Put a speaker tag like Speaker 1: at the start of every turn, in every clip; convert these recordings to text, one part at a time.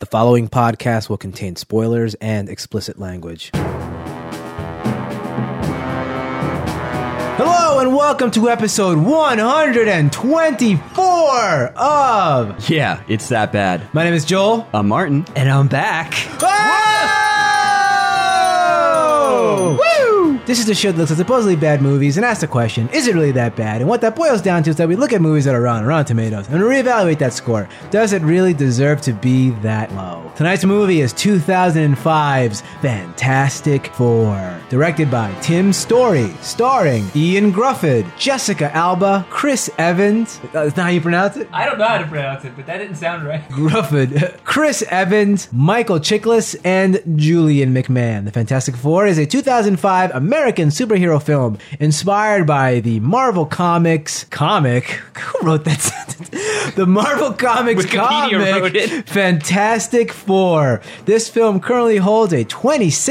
Speaker 1: The following podcast will contain spoilers and explicit language. Hello and welcome to episode 124 of.
Speaker 2: Yeah, it's that bad.
Speaker 1: My name is Joel.
Speaker 2: I'm Martin.
Speaker 3: And I'm back.
Speaker 1: Whoa! Woo! This is the show that looks at supposedly bad movies and asks the question, is it really that bad? And what that boils down to is that we look at movies that are on Rotten Tomatoes and reevaluate that score. Does it really deserve to be that low? Tonight's movie is 2005's Fantastic Four, directed by Tim Story, starring Ian Grufford, Jessica Alba, Chris Evans. Uh, Is that how you pronounce it?
Speaker 3: I don't know how to pronounce it, but that didn't sound right.
Speaker 1: Grufford, Chris Evans, Michael Chiklis, and Julian McMahon. The Fantastic Four is a 2005 American superhero film inspired by the Marvel Comics comic. Who wrote that sentence? The Marvel Comics
Speaker 3: Wikipedia
Speaker 1: comic
Speaker 3: wrote it.
Speaker 1: Fantastic Four. This film currently holds a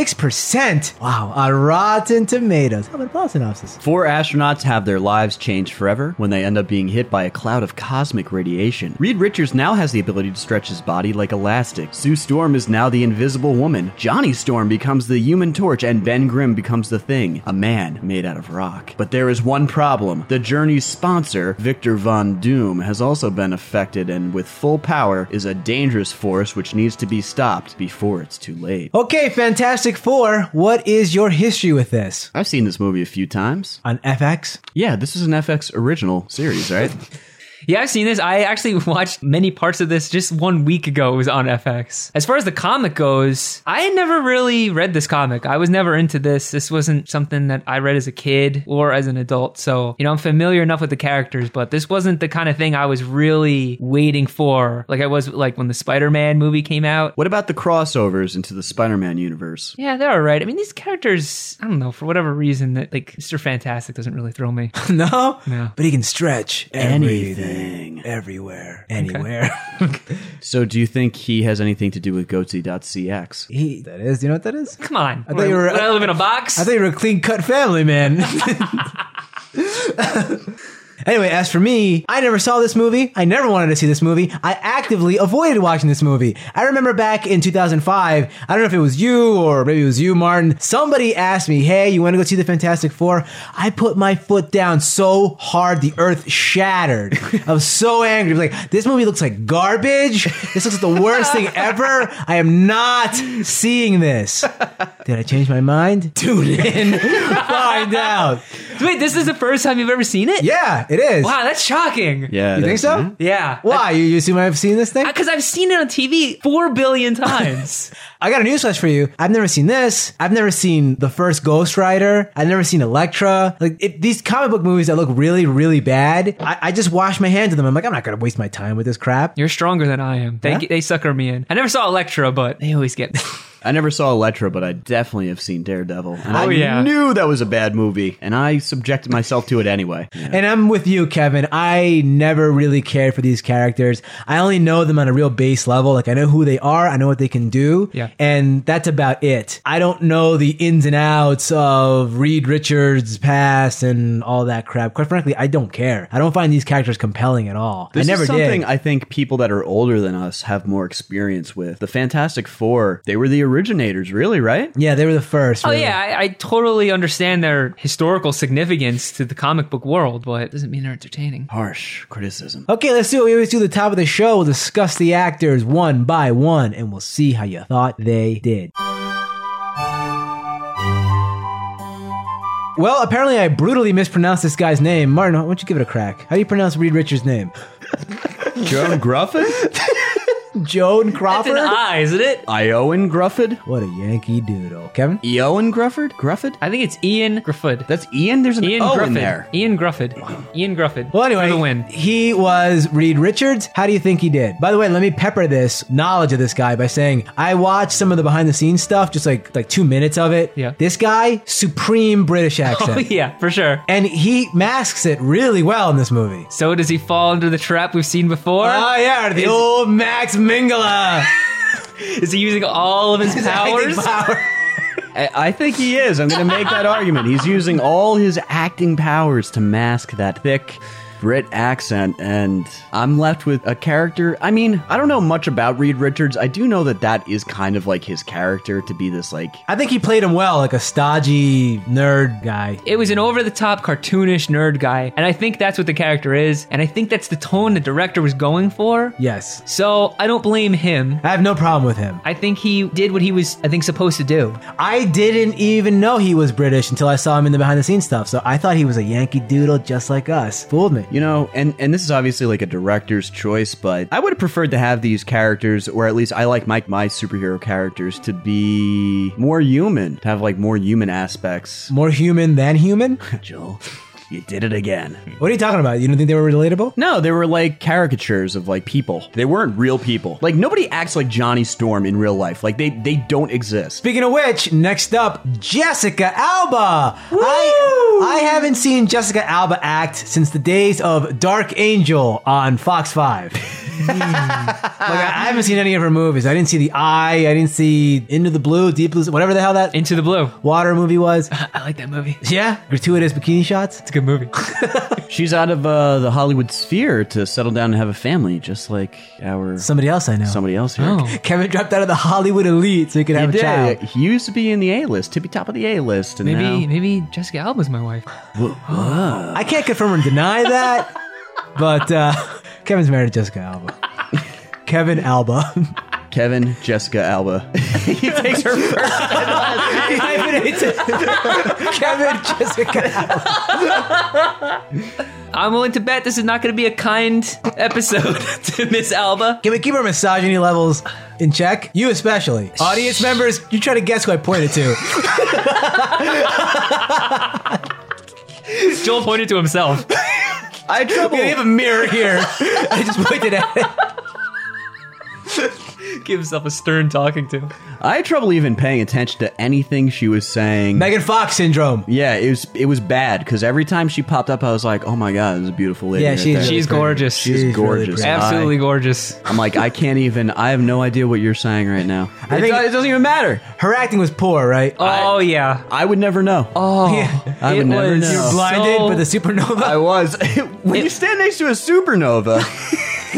Speaker 1: 26% wow on Rotten Tomatoes. How about a plot synopsis?
Speaker 2: Four astronauts have their lives changed forever when they end up being hit by a cloud of cosmic radiation. Reed Richards now has the ability to stretch his body like elastic. Sue Storm is now the invisible woman. Johnny Storm becomes the human torch, and Ben Grimm becomes the thing, a man made out of rock. But there is one problem. The journey's sponsor, Victor Von Doom, has also been affected and with full power is a dangerous force which needs to be stopped before it's too late. Oh,
Speaker 1: Okay, Fantastic Four, what is your history with this?
Speaker 2: I've seen this movie a few times.
Speaker 1: On FX?
Speaker 2: Yeah, this is an FX original series, right?
Speaker 3: Yeah, I've seen this. I actually watched many parts of this just one week ago. It was on FX. As far as the comic goes, I had never really read this comic. I was never into this. This wasn't something that I read as a kid or as an adult. So, you know, I'm familiar enough with the characters, but this wasn't the kind of thing I was really waiting for. Like I was like when the Spider-Man movie came out.
Speaker 2: what about the crossovers into the Spider-Man universe?
Speaker 3: Yeah, they're all right. I mean, these characters, I don't know, for whatever reason, that like Mr. Fantastic doesn't really throw me.
Speaker 1: No? But he can stretch
Speaker 2: Anything.
Speaker 1: everything, everywhere, anywhere.
Speaker 2: So do you think he has anything to do with Goatse.cx?
Speaker 1: he, that is, you know what that is?
Speaker 3: Come on. I
Speaker 1: thought you were-
Speaker 3: I live in a box.
Speaker 1: I thought you were a clean cut family man. Anyway, as for me, I never saw this movie. I never wanted to see this movie. I actively avoided watching this movie. I remember back in 2005, I don't know if it was you or maybe it was you, Martin. Somebody asked me, Hey, you want to go see the Fantastic Four? I put my foot down so hard the earth shattered. I was so angry. I was like, This movie looks like garbage. This looks like the worst thing ever. I am not seeing this. Did I change my mind? Tune in. Find out.
Speaker 3: Wait, this is the first time you've ever seen it?
Speaker 1: Yeah, it is.
Speaker 3: Wow, that's shocking.
Speaker 2: Yeah.
Speaker 1: You think
Speaker 2: that's-
Speaker 1: so?
Speaker 3: Yeah.
Speaker 1: Why? You, you assume I've seen this thing?
Speaker 3: Because I've seen it on TV four billion times.
Speaker 1: I got a newsflash for you. I've never seen this. I've never seen the first Ghost Rider. I've never seen Elektra. Like it, these comic book movies that look really, really bad. I, I just wash my hands of them. I'm like, I'm not gonna waste my time with this crap.
Speaker 3: You're stronger than I am. They,
Speaker 1: Yeah?
Speaker 3: they sucker me in. I never saw Elektra, but they always get.
Speaker 2: I never saw Elektra, but I definitely have seen Daredevil. And
Speaker 3: Oh,
Speaker 2: I
Speaker 3: yeah.
Speaker 2: knew that was a bad movie, and I subjected myself to it anyway.
Speaker 1: And I'm with you, Kevin. I never really cared for these characters. I only know them on a real base level. Like I know who they are. I know what they can do.
Speaker 3: Yeah.
Speaker 1: And that's about it. I don't know the ins and outs of Reed Richards' past and all that crap. Quite frankly, I don't care. I don't find these characters compelling at all.
Speaker 2: This
Speaker 1: I never
Speaker 2: is something
Speaker 1: did.
Speaker 2: I think people that are older than us have more experience with. The Fantastic Four, they were the originators, really, right?
Speaker 1: Yeah, they were the first.
Speaker 3: oh
Speaker 1: really.
Speaker 3: yeah, I, I totally understand their historical significance to the comic book world, but it doesn't mean they're entertaining.
Speaker 2: Harsh criticism.
Speaker 1: Okay, let's do what we always do at the top of the show. We'll discuss the actors one by one, and we'll see how you thought they did. Well, apparently I brutally mispronounced this guy's name. Martin, why don't you give it a crack? How do you pronounce Reed Richards' name?
Speaker 2: Joan Gruffin?
Speaker 1: Joan
Speaker 3: That's an
Speaker 1: Crawford?
Speaker 3: I, isn't it?
Speaker 2: Ioan Grufford?
Speaker 1: What a Yankee doodle. Kevin?
Speaker 2: Eoin Grufford? Grufford?
Speaker 3: I think it's Ian Grufford.
Speaker 2: That's Ian. There's an
Speaker 3: Ian
Speaker 2: O
Speaker 3: Grufford.
Speaker 2: in there.
Speaker 3: Ian Grufford. Ian Grufford.
Speaker 1: Well,
Speaker 3: For the
Speaker 1: anyway,
Speaker 3: win.
Speaker 1: he was Reed Richards. How do you think he did? By the way, let me pepper this knowledge of this guy by saying I watched some of the behind the scenes stuff, just like like two minutes of it.
Speaker 3: Yeah.
Speaker 1: This guy, supreme British accent.
Speaker 3: Oh, yeah, for sure.
Speaker 1: And he masks it really well in this movie.
Speaker 3: So does he fall into the trap we've seen before?
Speaker 1: Oh yeah, the old Max Mingala.
Speaker 3: Is he using all of his powers?
Speaker 1: Power.
Speaker 2: I, I think he is. I'm going to make that argument. He's using all his acting powers to mask that thick Brit accent, and I'm left with a character. I mean, I don't know much about Reed Richards. I do know that that is kind of like his character to be this like
Speaker 1: I think he played him well, like a stodgy nerd guy.
Speaker 3: It was an over the top, cartoonish nerd guy, and I think that's what the character is, and I think that's the tone the director was going for.
Speaker 1: Yes.
Speaker 3: So I don't blame him.
Speaker 1: I have no problem with him.
Speaker 3: I think he did what he was, I think, supposed to do.
Speaker 1: I didn't even know he was British until I saw him in the behind the scenes stuff, so I thought he was a Yankee Doodle just like us. Fooled me.
Speaker 2: You know, and and this is obviously like a director's choice, but I would have preferred to have these characters, or at least I like my my superhero characters to be more human, to have like more human aspects.
Speaker 1: More human than human?
Speaker 2: Joel, you did it again.
Speaker 1: What are you talking about? You don't think they were relatable?
Speaker 2: No, they were like caricatures of like people. They weren't real people. Like nobody acts like Johnny Storm in real life. Like they they don't exist.
Speaker 1: Speaking of which, next up, Jessica Alba. I, I haven't seen Jessica Alba act since the days of Dark Angel on Fox 5. like, I, I haven't seen any of her movies. I didn't see The Eye. I didn't see Into the Blue, Deep Blue, whatever the hell that
Speaker 3: Into the Blue.
Speaker 1: water movie was.
Speaker 3: I like that movie. It's
Speaker 1: Yeah, gratuitous bikini shots.
Speaker 3: a good movie.
Speaker 2: She's out of uh, the Hollywood sphere to settle down and have a family, just like our
Speaker 1: Somebody else I know.
Speaker 2: somebody else here.
Speaker 3: Oh.
Speaker 1: Kevin dropped out of the Hollywood elite so he could
Speaker 2: He
Speaker 1: have a
Speaker 2: did.
Speaker 1: child.
Speaker 2: He used to be in the A list, tippy top of the A list, and
Speaker 3: Maybe
Speaker 2: now
Speaker 3: maybe Jessica Alba's my wife.
Speaker 1: I can't confirm or deny that, but uh, Kevin's married to Jessica Alba. Kevin Alba.
Speaker 2: Kevin Jessica Alba. he takes her first.
Speaker 1: Kevin Jessica Alba.
Speaker 3: I'm willing to bet this is not going to be a kind episode to Miss Alba.
Speaker 1: Can we keep our misogyny levels in check? You especially. Audience members, you try to guess who I pointed to.
Speaker 3: Joel pointed to himself.
Speaker 2: I had trouble.
Speaker 1: We have a mirror here. I just pointed at it.
Speaker 3: Give himself a stern talking to.
Speaker 2: I had trouble even paying attention to anything she was saying.
Speaker 1: Megan Fox syndrome.
Speaker 2: yeah, it was it was bad because every time she popped up, I was like, "Oh my god, this is a beautiful lady."
Speaker 1: Yeah,
Speaker 2: right
Speaker 1: she's-
Speaker 2: there."
Speaker 3: She's
Speaker 1: pretty.
Speaker 3: gorgeous.
Speaker 2: She's
Speaker 1: really
Speaker 2: gorgeous.
Speaker 1: pretty.
Speaker 3: absolutely gorgeous.
Speaker 2: I'm like, I can't even. I have no idea what you're saying right now.
Speaker 1: I
Speaker 2: it,
Speaker 1: think-
Speaker 2: do- it doesn't even matter.
Speaker 1: Her acting was poor, right?
Speaker 3: Oh yeah.
Speaker 2: I would never know.
Speaker 3: Oh,
Speaker 1: Yeah.
Speaker 2: I
Speaker 3: it
Speaker 2: would never
Speaker 3: was
Speaker 2: know. You're
Speaker 1: Blinded
Speaker 3: so-
Speaker 1: by the supernova.
Speaker 2: I was when you stand next to a supernova.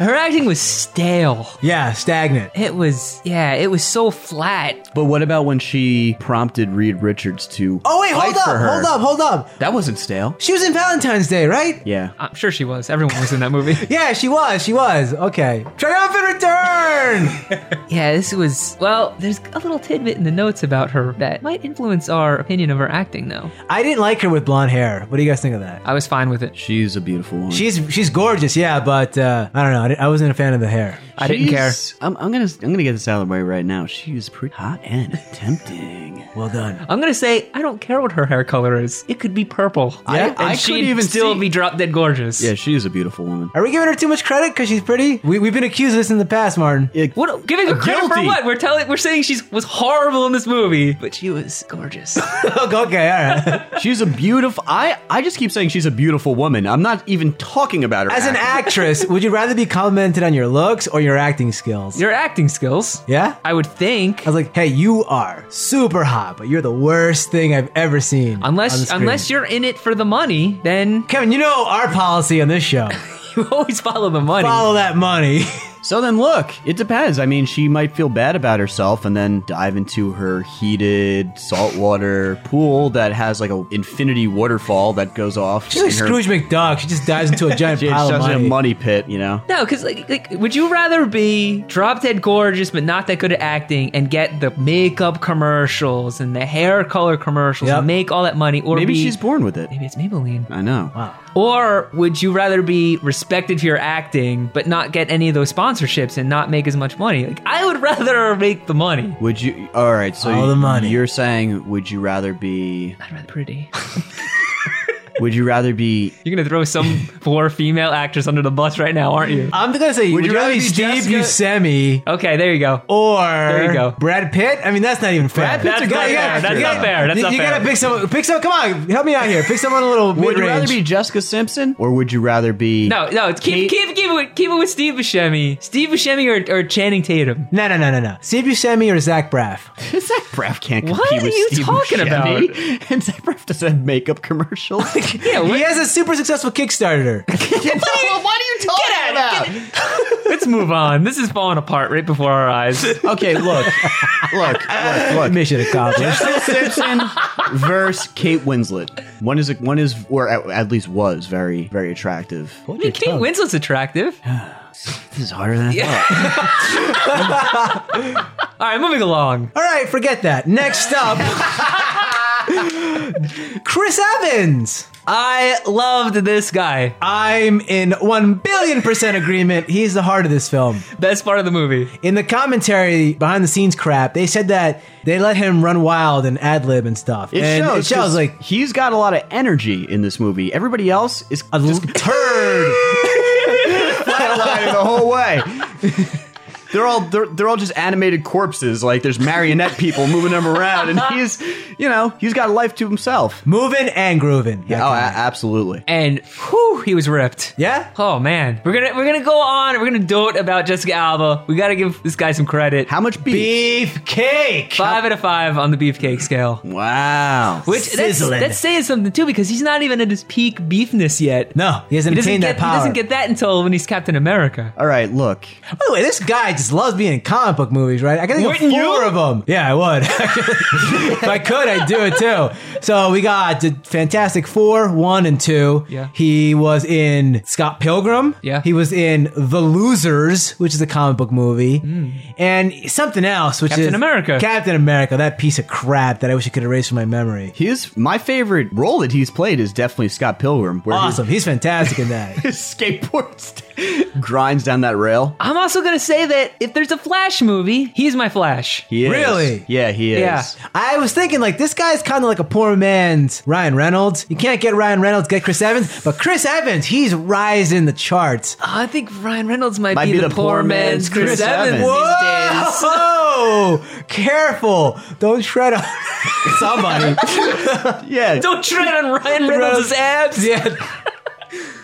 Speaker 3: her acting was stale.
Speaker 1: yeah, stagnant.
Speaker 3: It was yeah. It was so flat.
Speaker 2: but what about when she prompted Reed Richards to?
Speaker 1: Oh wait,
Speaker 2: fight
Speaker 1: hold
Speaker 2: for
Speaker 1: up,
Speaker 2: her?
Speaker 1: hold up, hold up.
Speaker 2: That wasn't stale.
Speaker 1: She was in Valentine's Day, right?
Speaker 2: Yeah.
Speaker 3: I'm sure she was. Everyone was in that movie.
Speaker 1: Yeah, she was. She was. Okay. Triumphant return.
Speaker 3: yeah, this was well. There's a little tidbit in the notes about her that might influence our opinion of her acting, though.
Speaker 1: I didn't like her with blonde hair. What do you guys think of that?
Speaker 3: I was fine with it.
Speaker 2: She's a beautiful woman.
Speaker 1: She's she's gorgeous, yeah, but uh, I don't know. I, di- I wasn't a fan of the hair.
Speaker 3: I didn't care.
Speaker 2: She's- I'm, I'm gonna I'm gonna get this out of the way right now. She's pretty hot and tempting.
Speaker 1: Well done.
Speaker 3: I'm gonna say I don't care what her hair color is. It could be purple.
Speaker 2: I-
Speaker 3: and
Speaker 2: I
Speaker 3: she'd
Speaker 2: couldn't even
Speaker 3: still
Speaker 2: see-
Speaker 3: be drop dead gorgeous.
Speaker 2: Yeah, she is a beautiful woman.
Speaker 1: Are we giving her too much credit because she's pretty? We, we've been accused of this in the past, Martin.
Speaker 3: What giving her credit for
Speaker 2: Guilty.
Speaker 3: what? We're telling we're saying she was horrible in this movie, but she was gorgeous.
Speaker 1: okay, all right.
Speaker 2: She's a beautiful. I I just keep saying she's a beautiful woman. I'm not even talking about her
Speaker 1: As an
Speaker 2: acting.
Speaker 1: actress, would you rather be complimented on your looks or your acting skills?
Speaker 3: Your acting skills,
Speaker 1: Yeah? I
Speaker 3: I would think,
Speaker 1: was like, hey, you are super hot, but you're the worst thing I've ever seen. on the
Speaker 3: unless
Speaker 1: screen.
Speaker 3: unless you're in it for the money, then
Speaker 1: Kevin, you know our policy on this show.
Speaker 3: you always follow the money.
Speaker 1: Follow that money.
Speaker 2: So then, look, it depends. I mean, she might feel bad about herself and then dive into her heated saltwater pool that has like an infinity waterfall that goes off.
Speaker 1: She's like
Speaker 2: in her-
Speaker 1: Scrooge McDuck. She just dives into a giant
Speaker 2: She
Speaker 1: pile
Speaker 2: has
Speaker 1: of
Speaker 2: a
Speaker 1: money.
Speaker 2: money pit, you know.
Speaker 3: No, because like, like, would you rather be drop dead gorgeous but not that good at acting and get the makeup commercials and the hair color commercials
Speaker 1: Yep.
Speaker 3: and make all that money, or
Speaker 2: Maybe
Speaker 3: be-
Speaker 2: she's born with it.
Speaker 3: maybe it's Maybelline,
Speaker 2: I know.
Speaker 1: Wow.
Speaker 3: Or would you rather be respected for your acting but not get any of those sponsorships and not make as much money? Like I would rather make the money.
Speaker 2: Would you? All right. So
Speaker 1: All the money.
Speaker 2: you're saying, would you rather be?
Speaker 3: I'd rather pretty.
Speaker 2: Would you rather be?
Speaker 3: You're gonna throw some poor female actress under the bus right now, aren't you?
Speaker 1: I'm gonna say, would, you rather be Steve
Speaker 2: Jessica-
Speaker 1: Buscemi
Speaker 3: Okay, there you go.
Speaker 1: or
Speaker 3: There you go.
Speaker 1: Brad Pitt? I mean, that's not even fair.
Speaker 2: Brad Pitt's a
Speaker 1: You
Speaker 2: good
Speaker 1: gotta- you gotta-
Speaker 2: actor. That's
Speaker 1: you
Speaker 2: not
Speaker 1: gotta-
Speaker 3: fair. That's
Speaker 1: you,
Speaker 3: not
Speaker 1: you
Speaker 3: fair.
Speaker 1: gotta pick someone. Pick someone. Come on, help me out here. Pick someone a little
Speaker 2: Would
Speaker 1: mid
Speaker 2: you rather
Speaker 1: range.
Speaker 2: be Jessica Simpson or would you rather be?
Speaker 3: No, no, it's keep,
Speaker 2: Kate-
Speaker 3: keep, keep, it with, keep it with Steve Buscemi. Steve Buscemi or, or Channing Tatum.
Speaker 1: no, no, no, no, no. Steve Buscemi or Zach Braff?
Speaker 2: Zach Braff can't
Speaker 3: What
Speaker 2: compete
Speaker 3: are
Speaker 2: with
Speaker 3: you
Speaker 2: Steve
Speaker 3: talking
Speaker 2: Buscemi. And Zach Braff does have makeup commercials.
Speaker 3: Yeah, what-
Speaker 1: he has a super successful Kickstarter.
Speaker 4: what are you talking about?
Speaker 3: Let's move on. This is falling apart right before our eyes.
Speaker 2: Okay, look, look, look, look.
Speaker 1: Mission accomplished.
Speaker 2: Jessica Simpson versus Kate Winslet. One is one is or at, at least was very very attractive.
Speaker 3: I mean, Kate Winslet's attractive. All
Speaker 2: This is harder than I thought.
Speaker 3: right, moving along.
Speaker 1: All right, forget that. Next up, Chris Evans.
Speaker 3: I loved this guy.
Speaker 1: I'm in 1 billion percent agreement. He's the heart of this film.
Speaker 3: Best part of the movie.
Speaker 1: In the commentary, behind the scenes crap, they said that they let him run wild and ad lib and stuff.
Speaker 2: It
Speaker 1: and
Speaker 2: shows.
Speaker 1: it shows
Speaker 2: 'cause
Speaker 1: like
Speaker 2: he's got a lot of energy in this movie. Everybody else is
Speaker 1: a
Speaker 2: just
Speaker 1: l- turd.
Speaker 2: flatlining the whole way. They're all they're, they're all just animated corpses. Like there's marionette people moving them around, and he's you know he's got a life to himself.
Speaker 1: Moving and grooving.
Speaker 2: Oh, a- absolutely.
Speaker 3: And whew, he was ripped.
Speaker 1: yeah?
Speaker 3: Oh man, we're gonna we're gonna go on. We're gonna dote about Jessica Alba. We gotta give this guy some credit.
Speaker 2: How much beef?
Speaker 1: Beefcake.
Speaker 3: five out of five on the beefcake scale.
Speaker 2: Wow.
Speaker 3: Which that's,
Speaker 1: Sizzling.
Speaker 3: that's saying something too because he's not even at his peak beefness yet.
Speaker 1: No, he hasn't
Speaker 3: he doesn't
Speaker 1: attained
Speaker 3: get
Speaker 1: that power.
Speaker 3: he doesn't get that until when he's Captain America.
Speaker 2: All right, look.
Speaker 1: By the way, this guy just loves being in comic book movies, right? I can think
Speaker 3: Wouldn't
Speaker 1: of
Speaker 3: you?
Speaker 1: four of them. Yeah, I would. if I could, I'd do it too. So we got the Fantastic Four, one and two.
Speaker 3: Yeah.
Speaker 1: He was in Scott Pilgrim.
Speaker 3: Yeah.
Speaker 1: He was in The Losers, which is a comic book movie, and something else, which
Speaker 3: Hmm. Captain
Speaker 1: is
Speaker 3: America.
Speaker 1: Captain America, that piece of crap that I wish I could erase from my memory.
Speaker 2: His my favorite role that he's played is definitely Scott Pilgrim, where
Speaker 1: Awesome. He's fantastic in that.
Speaker 2: he his skateboard st- grinds down that rail.
Speaker 3: I'm also gonna say that if there's a Flash movie, he's my Flash.
Speaker 2: He is.
Speaker 1: Really?
Speaker 2: Yeah, he is.
Speaker 3: Yeah.
Speaker 1: I was thinking, like, this guy's kind of like a poor man's Ryan Reynolds. You can't get Ryan Reynolds, get Chris Evans, but Chris Evans, he's rising the charts.
Speaker 3: Oh, I think Ryan Reynolds might,
Speaker 2: Might
Speaker 3: be, the, poor man's Chris, Evans, these days.
Speaker 1: Whoa! Careful! Don't shred on somebody.
Speaker 2: Yeah.
Speaker 3: Don't tread on Ryan Reynolds' abs.
Speaker 1: yeah,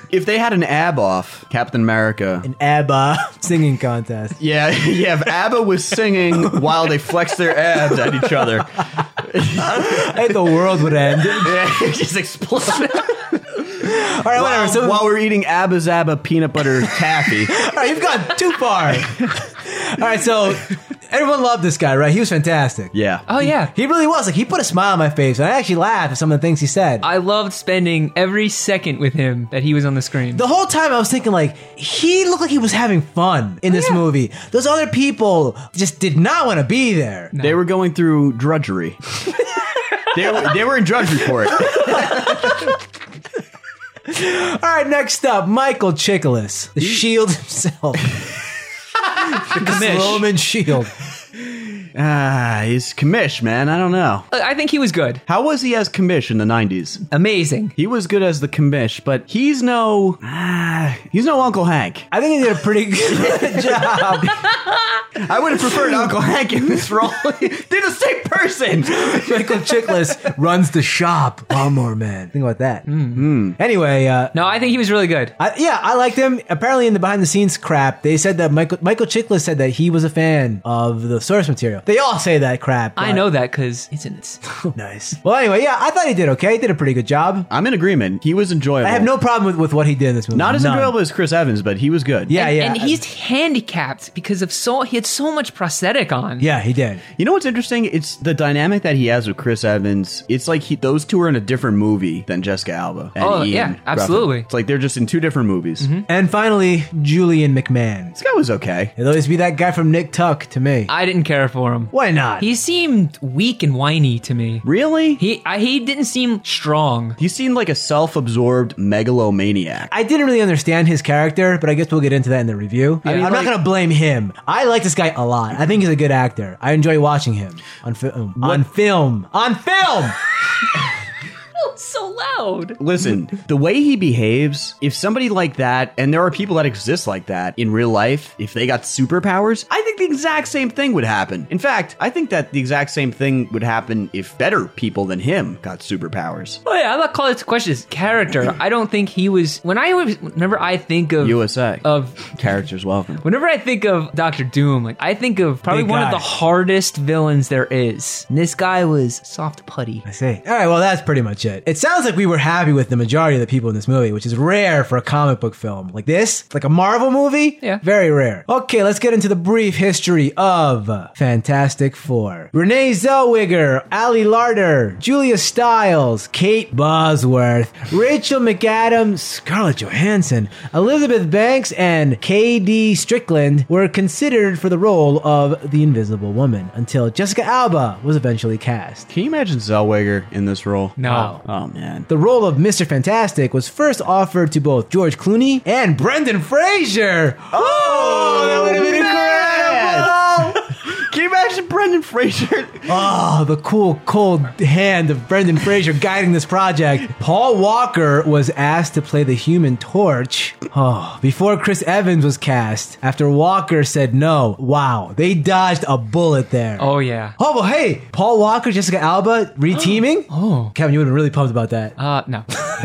Speaker 2: if they had an ab off, Captain America.
Speaker 1: an ABBA singing contest.
Speaker 2: yeah, yeah. If ABBA was singing while they flexed their abs at each other,
Speaker 1: I think the world would end. All
Speaker 2: yeah, it just exploded.
Speaker 1: right, whatever.
Speaker 2: while,
Speaker 1: So,
Speaker 2: while we're eating Abba Zabba peanut butter taffy,
Speaker 1: all right, you've gone too far. all right, so everyone loved this guy, right? He was fantastic.
Speaker 2: yeah.
Speaker 3: Oh yeah.
Speaker 1: He really was. Like, he put a smile on my face, and I actually laughed at some of the things he said.
Speaker 3: I loved spending every second with him that he was on the screen.
Speaker 1: the whole time I was thinking like he looked like he was having fun in this
Speaker 3: Yeah.
Speaker 1: movie. Those other people just did not want to be there.
Speaker 2: They were going through drudgery. they, were, they were in drudgery for it.
Speaker 1: All right, next up, Michael Chiklis, the Shield E himself,
Speaker 3: commish.
Speaker 1: Roman Shield.
Speaker 2: Ah, he's commish, man. I don't know.
Speaker 3: Look, Uh, I think he was good.
Speaker 2: How was he as commish in the 90s?
Speaker 3: Amazing.
Speaker 2: He was good as the commish, but he's no ah, he's no Uncle Hank.
Speaker 1: I think he did a pretty good job.
Speaker 2: I would have preferred Uncle Hank in this role. They're the same person.
Speaker 1: Michael Chiklis runs the shop, Lawnmower Man. Think about that.
Speaker 3: Hmm.
Speaker 1: Anyway, uh,
Speaker 3: No, I think he was really good.
Speaker 1: I, yeah, I liked him. Apparently, in the behind the scenes crap, they said that Michael Michael Chiklis said that he was a fan of the source material. They all say that crap.
Speaker 3: I
Speaker 1: but-
Speaker 3: know that because it's in this.
Speaker 1: Nice. Well, anyway, yeah, I thought he did okay. He did a pretty good job.
Speaker 2: I'm in agreement. He was enjoyable.
Speaker 1: I have no problem with, with what he did in this movie.
Speaker 2: not as
Speaker 1: None.
Speaker 2: enjoyable as Chris Evans, but he was good.
Speaker 1: Yeah, yeah.
Speaker 3: And he's handicapped because of so he had so much prosthetic on.
Speaker 1: yeah, he did.
Speaker 2: You know what's interesting? It's the dynamic that he has with Chris Evans. It's like he, those two are in a different movie than Jessica Alba. And
Speaker 3: Oh,
Speaker 2: Ian
Speaker 3: yeah,
Speaker 2: Ruffin.
Speaker 3: absolutely. Mm-hmm.
Speaker 2: It's like they're just in two different movies.
Speaker 1: And finally, Julian McMahon.
Speaker 2: This guy was okay.
Speaker 1: He'll always be that guy from Nick Tuck to me.
Speaker 3: I didn't care for him.
Speaker 1: Why not?
Speaker 3: He seemed weak and whiny to me.
Speaker 2: Really? He,
Speaker 3: He I, he didn't seem strong.
Speaker 2: he seemed like a self-absorbed megalomaniac.
Speaker 1: I didn't really understand his character, but I guess we'll get into that in the review. I
Speaker 3: Yeah.
Speaker 1: am not
Speaker 3: Like-
Speaker 1: going to blame him. I like this guy a lot. I think he's a good actor. I enjoy watching him on film. On film. On film.
Speaker 3: Oh, so loud.
Speaker 2: Listen, the way he behaves, if somebody like that, and there are people that exist like that in real life, if they got superpowers, I think the exact same thing would happen. In fact, I think that the exact same thing would happen if better people than him got superpowers.
Speaker 3: Oh yeah, I'm not calling it to question his character. I don't think he was when I was whenever I think of
Speaker 2: USA.
Speaker 3: of
Speaker 2: Characters welcome.
Speaker 3: Whenever I think of Doctor Doom, like I think of probably
Speaker 1: Big
Speaker 3: one
Speaker 1: guy.
Speaker 3: of the hardest villains there is. And this guy was soft putty.
Speaker 1: I see. All right, well, that's pretty much it. It sounds like we we were happy with the majority of the people in this movie, which is rare for a comic book film like this, like a Marvel movie.
Speaker 3: Yeah.
Speaker 1: very rare. Okay, let's get into the brief history of Fantastic Four: Renee Zellweger, Ali Larter, Julia Stiles, Kate Bosworth, Rachel McAdams, Scarlett Johansson, Elizabeth Banks, and K.D. Strickland were considered for the role of the Invisible Woman until Jessica Alba was eventually cast.
Speaker 2: Can you imagine Zellweger in this role?
Speaker 3: No.
Speaker 1: Wow.
Speaker 2: Oh man.
Speaker 1: The role of Mr. Fantastic was first offered to both George Clooney and Brendan Fraser. Oh, that would have been incredible!
Speaker 2: Can you imagine Brendan Fraser?
Speaker 1: Oh, the cool, cold hand of Brendan Fraser guiding this project. Paul Walker was asked to play the Human Torch. Oh, before Chris Evans was cast, after Walker said no. Wow, they dodged a bullet there.
Speaker 3: Oh yeah.
Speaker 1: Oh, well, hey, Paul Walker, Jessica Alba, reteaming.
Speaker 3: Oh.
Speaker 1: Kevin, you would have been really pumped about that.
Speaker 3: Uh, no.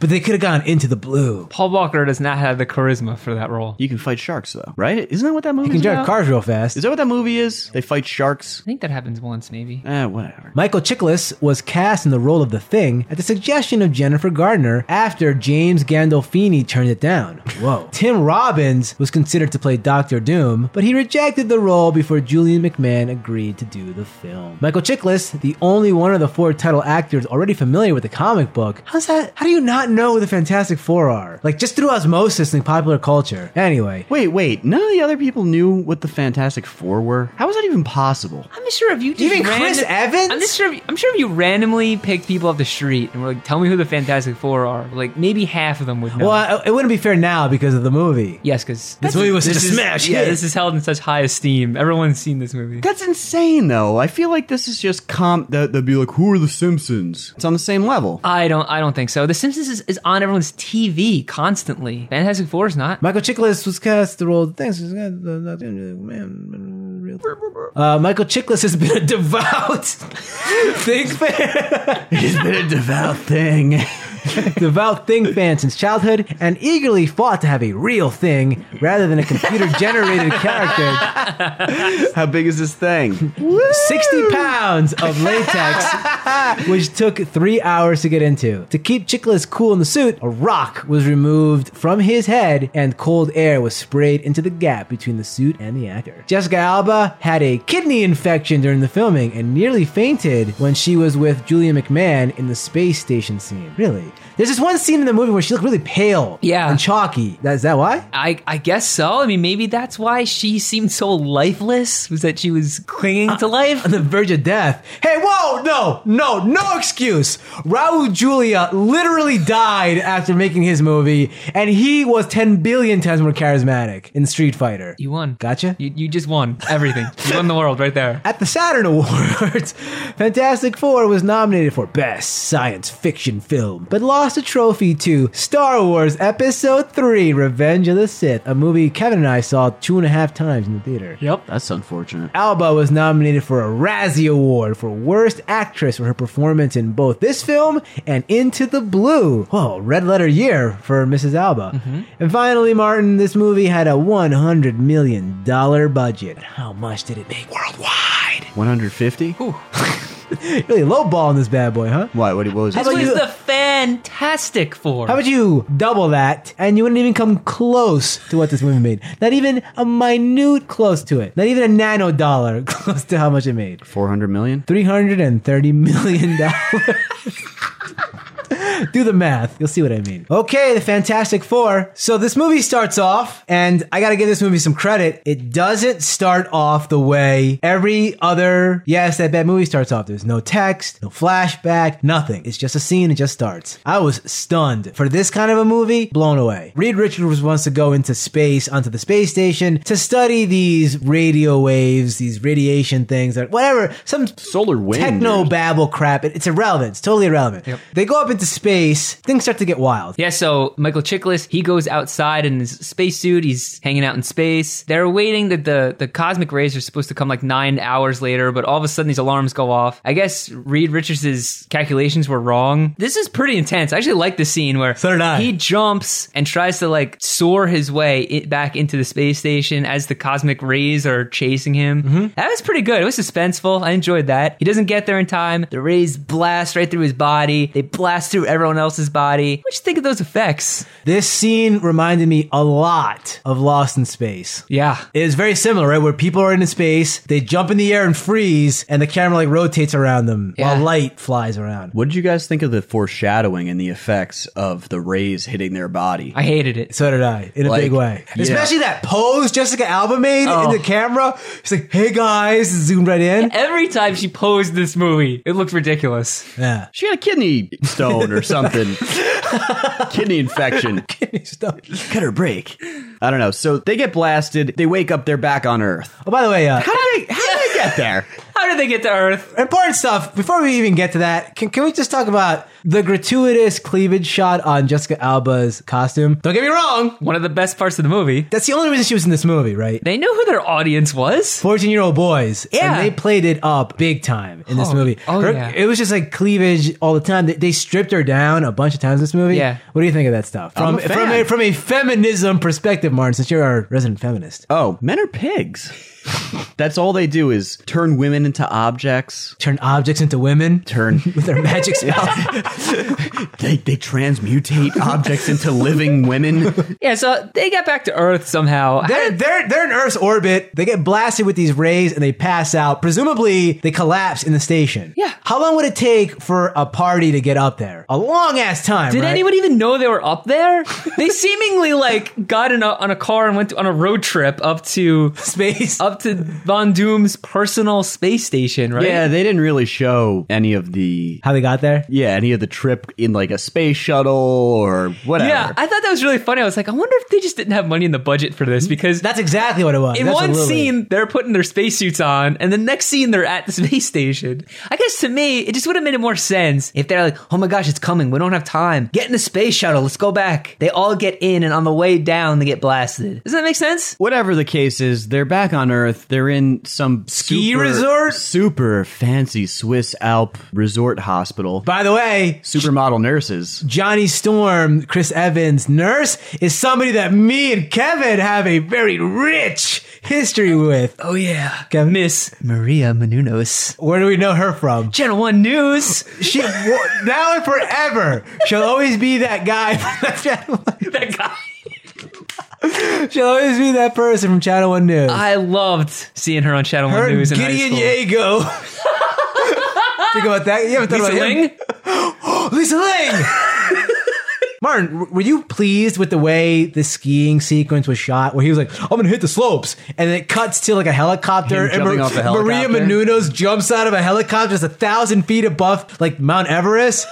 Speaker 1: but they could have gone into the blue.
Speaker 3: Paul Walker does not have the charisma for that role.
Speaker 2: You can fight sharks though, right? Isn't that what that movie?
Speaker 1: You can drive
Speaker 2: about?
Speaker 1: cars real fast.
Speaker 2: Is that what that movie is? They fight sharks.
Speaker 3: I think that happens once, maybe.
Speaker 2: Eh, whatever.
Speaker 1: Michael Chiklis was cast in the role of the Thing at the suggestion of Jennifer Gardner after James Gandolfini turned it down. Whoa. Tim Robbins was considered to play Doctor Doom, but he rejected the role before Julian McMahon agreed to do the film. Michael Chiklis, the only one of the four title actors already familiar with the comic book, how's that? How do you not know who the Fantastic Four are? Like just through osmosis in popular culture. Anyway,
Speaker 2: Wait, wait. None of the other people knew what the Fantastic Four were. How is that even possible?
Speaker 3: I'm just sure if you just
Speaker 1: Even Chris Evans?
Speaker 3: I'm just sure. If, I'm sure if you randomly pick people off the street and were like, "Tell me who the Fantastic Four are," like maybe half of them would know.
Speaker 1: well, I- it wouldn't be fair now because of the movie.
Speaker 3: Yes, because
Speaker 1: This movie was such a smash
Speaker 3: Yeah,
Speaker 1: hit.
Speaker 3: this is held in such high esteem. Everyone's seen this movie.
Speaker 2: That's insane, though. I feel like this is just comp. That they'd be like, "Who are the Simpsons?" It's on the same level.
Speaker 3: I don't. I don't think so. The Simpsons is, is on everyone's TV constantly. Fantastic Four is not.
Speaker 1: Michael Chiklis was cast the role of Thanks. Uh, Michael Chiklis has been a devout think fan,
Speaker 2: He's been a devout thing.
Speaker 1: devout thing fan since childhood, and eagerly fought to have a real thing rather than a computer-generated character.
Speaker 2: How big is this thing?
Speaker 1: Sixty pounds of latex, which took three hours to get into. To keep Chiklis cool in the suit, a rock was removed from his head, and cold air was sprayed into the gap between the suit and the actor. Jessica Alba had a kidney infection during the filming and nearly fainted when she was with Julia McMahon in the space station scene. Really? There's this one scene in the movie where she looked really pale,
Speaker 3: Yeah.
Speaker 1: and chalky. That, is that why?
Speaker 3: I, I guess so. I mean, maybe that's why she seemed so lifeless. Was that she was clinging to life?
Speaker 1: on the verge of death. Hey, whoa, no, no, no excuse. Raul Julia literally died after making his movie, and he was 10 billion times more charismatic in Street Fighter.
Speaker 3: You won.
Speaker 1: Gotcha.
Speaker 3: You, you just won everything. you won the world right there.
Speaker 1: At the Saturn Awards, Fantastic Four was nominated for Best Science Fiction Film, but lost a trophy to Star Wars Episode 3 Revenge of the Sith, a movie Kevin and I saw two and a half times in the theater.
Speaker 2: Yep, that's unfortunate.
Speaker 1: Alba was nominated for a Razzie Award for Worst Actress for her performance in both this film and Into the Blue. Whoa, red letter year for Mrs. Alba. And finally, Martin, this movie had a $100 million budget. How much did it make worldwide?
Speaker 2: 150.
Speaker 1: Really low ball in this bad boy, huh?
Speaker 2: What? What, what was
Speaker 1: That's
Speaker 2: it?
Speaker 1: what
Speaker 3: What
Speaker 1: you-
Speaker 3: is the Fantastic Four?
Speaker 1: How about you double that and you wouldn't even come close to what this movie made? Not even a minute close to it. Not even a nano dollar close to how much it made.
Speaker 2: 400 million.
Speaker 1: Three hundred and thirty million dollars. Do the math. You'll see what I mean. Okay, the Fantastic Four. So this movie starts off, and I gotta give this movie some credit. It doesn't start off the way every other, yes, that bad movie starts off. There's no text, no flashback, nothing. It's just a scene, it just starts. I was stunned. For this kind of a movie, blown away. Reed Richards wants to go into space, onto the space station, to study these radio waves, these radiation things, or whatever, some
Speaker 2: Solar wind.
Speaker 1: techno
Speaker 2: dude.
Speaker 1: babble crap. It, it's irrelevant. It's totally irrelevant. They go up into space. Things start to get wild.
Speaker 3: Yeah, so Michael Chiklis, he goes outside in his spacesuit. He's hanging out in space. They're waiting that the, the cosmic rays are supposed to come like nine hours later, but all of a sudden these alarms go off. I guess Reed Richards' calculations were wrong. This is pretty intense. I actually like the scene where
Speaker 1: So did I.
Speaker 3: he jumps and tries to like soar his way it back into the space station as the cosmic rays are chasing him. That was pretty good. It was suspenseful. I enjoyed that. He doesn't get there in time. The rays blast right through his body. They blast through everyone else's body. What you think of those effects?
Speaker 1: This scene reminded me a lot of Lost in Space.
Speaker 3: Yeah.
Speaker 1: It is very similar, right? Where people are in space, they jump in the air and freeze, and the camera like rotates around them
Speaker 3: Yeah.
Speaker 1: while light flies around.
Speaker 2: What did you guys think of the foreshadowing and the effects of the rays hitting their body?
Speaker 3: I hated it.
Speaker 1: So did I, in a
Speaker 2: Like,
Speaker 1: big way.
Speaker 2: yeah.
Speaker 1: Especially that pose Jessica Alba made
Speaker 3: Oh.
Speaker 1: in the camera. She's like, "Hey guys," zoomed right in.
Speaker 3: Every time she posed this movie, it looked ridiculous.
Speaker 1: Yeah.
Speaker 2: She had a kidney stone or something. kidney infection.
Speaker 1: oh,
Speaker 2: Cut her break. I don't know. So they get blasted. They wake up. They're back on Earth.
Speaker 1: Oh, by the way, uh,
Speaker 2: How did they, how did they get there?
Speaker 3: How did they get to Earth?
Speaker 1: important stuff. Before we even get to that, can, can we just talk about the gratuitous cleavage shot on Jessica Alba's costume? Don't get me wrong.
Speaker 3: One of the best parts of the movie.
Speaker 1: That's the only reason she was in this movie, right?
Speaker 3: They knew who their audience was.
Speaker 1: 14 year old boys.
Speaker 3: Yeah.
Speaker 1: And they played it up big time in this
Speaker 3: Oh,
Speaker 1: movie.
Speaker 3: oh,
Speaker 1: Her-
Speaker 3: yeah.
Speaker 1: It was just like cleavage all the time. They, they stripped her down a bunch of times in this movie.
Speaker 3: Yeah.
Speaker 1: What do you think of that stuff? From,
Speaker 2: I'm a fan.
Speaker 1: From, a, from a feminism perspective, Martin, since you're our resident feminist,
Speaker 2: Oh, men are pigs. That's all they do is turn women into objects.
Speaker 1: turn objects into women
Speaker 2: Turn
Speaker 1: with their magic spell.
Speaker 2: they they transmutate objects into living women.
Speaker 3: Yeah, so they got back to Earth somehow. How
Speaker 1: They're,
Speaker 3: did-
Speaker 1: they're, they're in Earth's orbit. They get blasted with these rays and they pass out. Presumably, they collapse in the station.
Speaker 3: Yeah.
Speaker 1: How long would it take for a party to get up there? A long ass time.
Speaker 3: Did
Speaker 1: right?
Speaker 3: anyone even know they were up there? They seemingly like got in a, on a car and went to, on a road trip up to
Speaker 1: space?
Speaker 3: up to Von Doom's personal space station, right?
Speaker 2: Yeah, they didn't really show any of the
Speaker 1: How they got there?
Speaker 2: yeah any of the trip in like a space shuttle or whatever.
Speaker 3: Yeah, I thought that was really funny. I was like, I wonder if they just didn't have money in the budget for this because
Speaker 1: That's exactly what it was.
Speaker 3: in
Speaker 1: That's
Speaker 3: one
Speaker 1: literally-
Speaker 3: scene they're putting their spacesuits on, and the next scene they're at the space station. I guess to me, it just would have made more sense if they're like, "Oh my gosh, it's coming! We don't have time. Get in the space shuttle. Let's go back." They all get in, and on the way down, they get blasted. Does that make sense?
Speaker 2: Whatever the case is, they're back on Earth. They're in some
Speaker 1: Ski
Speaker 2: super-
Speaker 1: resort?
Speaker 2: super fancy Swiss Alp resort hospital.
Speaker 1: By the way,
Speaker 2: Supermodel nurses.
Speaker 1: Johnny Storm, Chris Evans' nurse, is somebody that me and Kevin have a very rich history with.
Speaker 3: Oh yeah,
Speaker 1: Kevin?
Speaker 3: Miss Maria Menounos.
Speaker 1: Where do we know her from?
Speaker 3: Channel One News.
Speaker 1: She now and forever, she'll always be that guy. From that
Speaker 3: that guy.
Speaker 1: she'll always be that person from Channel One News.
Speaker 3: I loved seeing her on Channel
Speaker 1: her
Speaker 3: One News in high
Speaker 1: Gideon
Speaker 3: school.
Speaker 1: Yago. Think about that. You haven't thought
Speaker 3: Lisa
Speaker 1: about him?
Speaker 3: Ling?
Speaker 1: Lisa Ling. Martin, w- were you pleased with the way the skiing sequence was shot? Where he was like, "I'm gonna hit the slopes," and then it cuts to like a helicopter,
Speaker 2: Him
Speaker 1: and
Speaker 2: jumping off a
Speaker 1: Maria
Speaker 2: helicopter?
Speaker 1: Menounos jumps out of a helicopter, that's a thousand feet above like Mount Everest.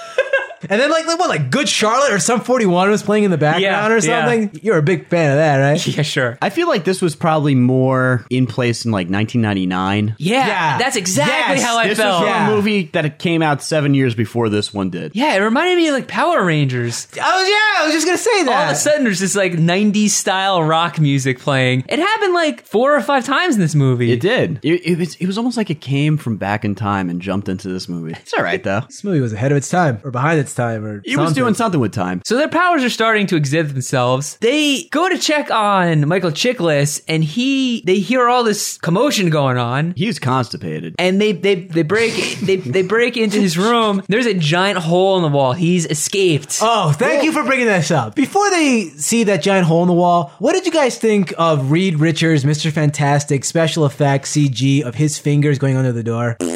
Speaker 1: And then, like, like, what, like Good Charlotte or some 41 was playing in the background
Speaker 3: Yeah,
Speaker 1: or something? You're a big fan of that, right?
Speaker 3: Yeah, sure.
Speaker 2: I feel like this was probably more in place in like 1999.
Speaker 3: Yeah,
Speaker 1: Yeah.
Speaker 3: that's exactly
Speaker 1: Yes,
Speaker 3: how I
Speaker 2: This was
Speaker 3: felt.
Speaker 2: from
Speaker 1: Yeah.
Speaker 2: a movie that came out seven years before this one did.
Speaker 3: Yeah, it reminded me of like Power Rangers.
Speaker 1: I was, yeah, I was just gonna say that.
Speaker 3: All of a sudden, there's this like 90s style rock music playing. It happened like four or five times in this movie.
Speaker 2: It did. It, it was. It was almost like it came from back in time and jumped into this movie. It's all right though.
Speaker 1: this movie was ahead of its time, or behind its time, or
Speaker 2: It was doing something with time.
Speaker 3: so their powers are starting to exhibit themselves. They go to check on Michael Chiklis, and he they hear all this commotion going on.
Speaker 2: He was constipated.
Speaker 3: And they they, they break they, they break into his room. There's a giant hole in the wall. He's escaped.
Speaker 1: Oh, thank you for bringing this up. Before they see that giant hole in the wall, what did you guys think of Reed Richards, Mr. Fantastic, special effects CG of his fingers going under the door?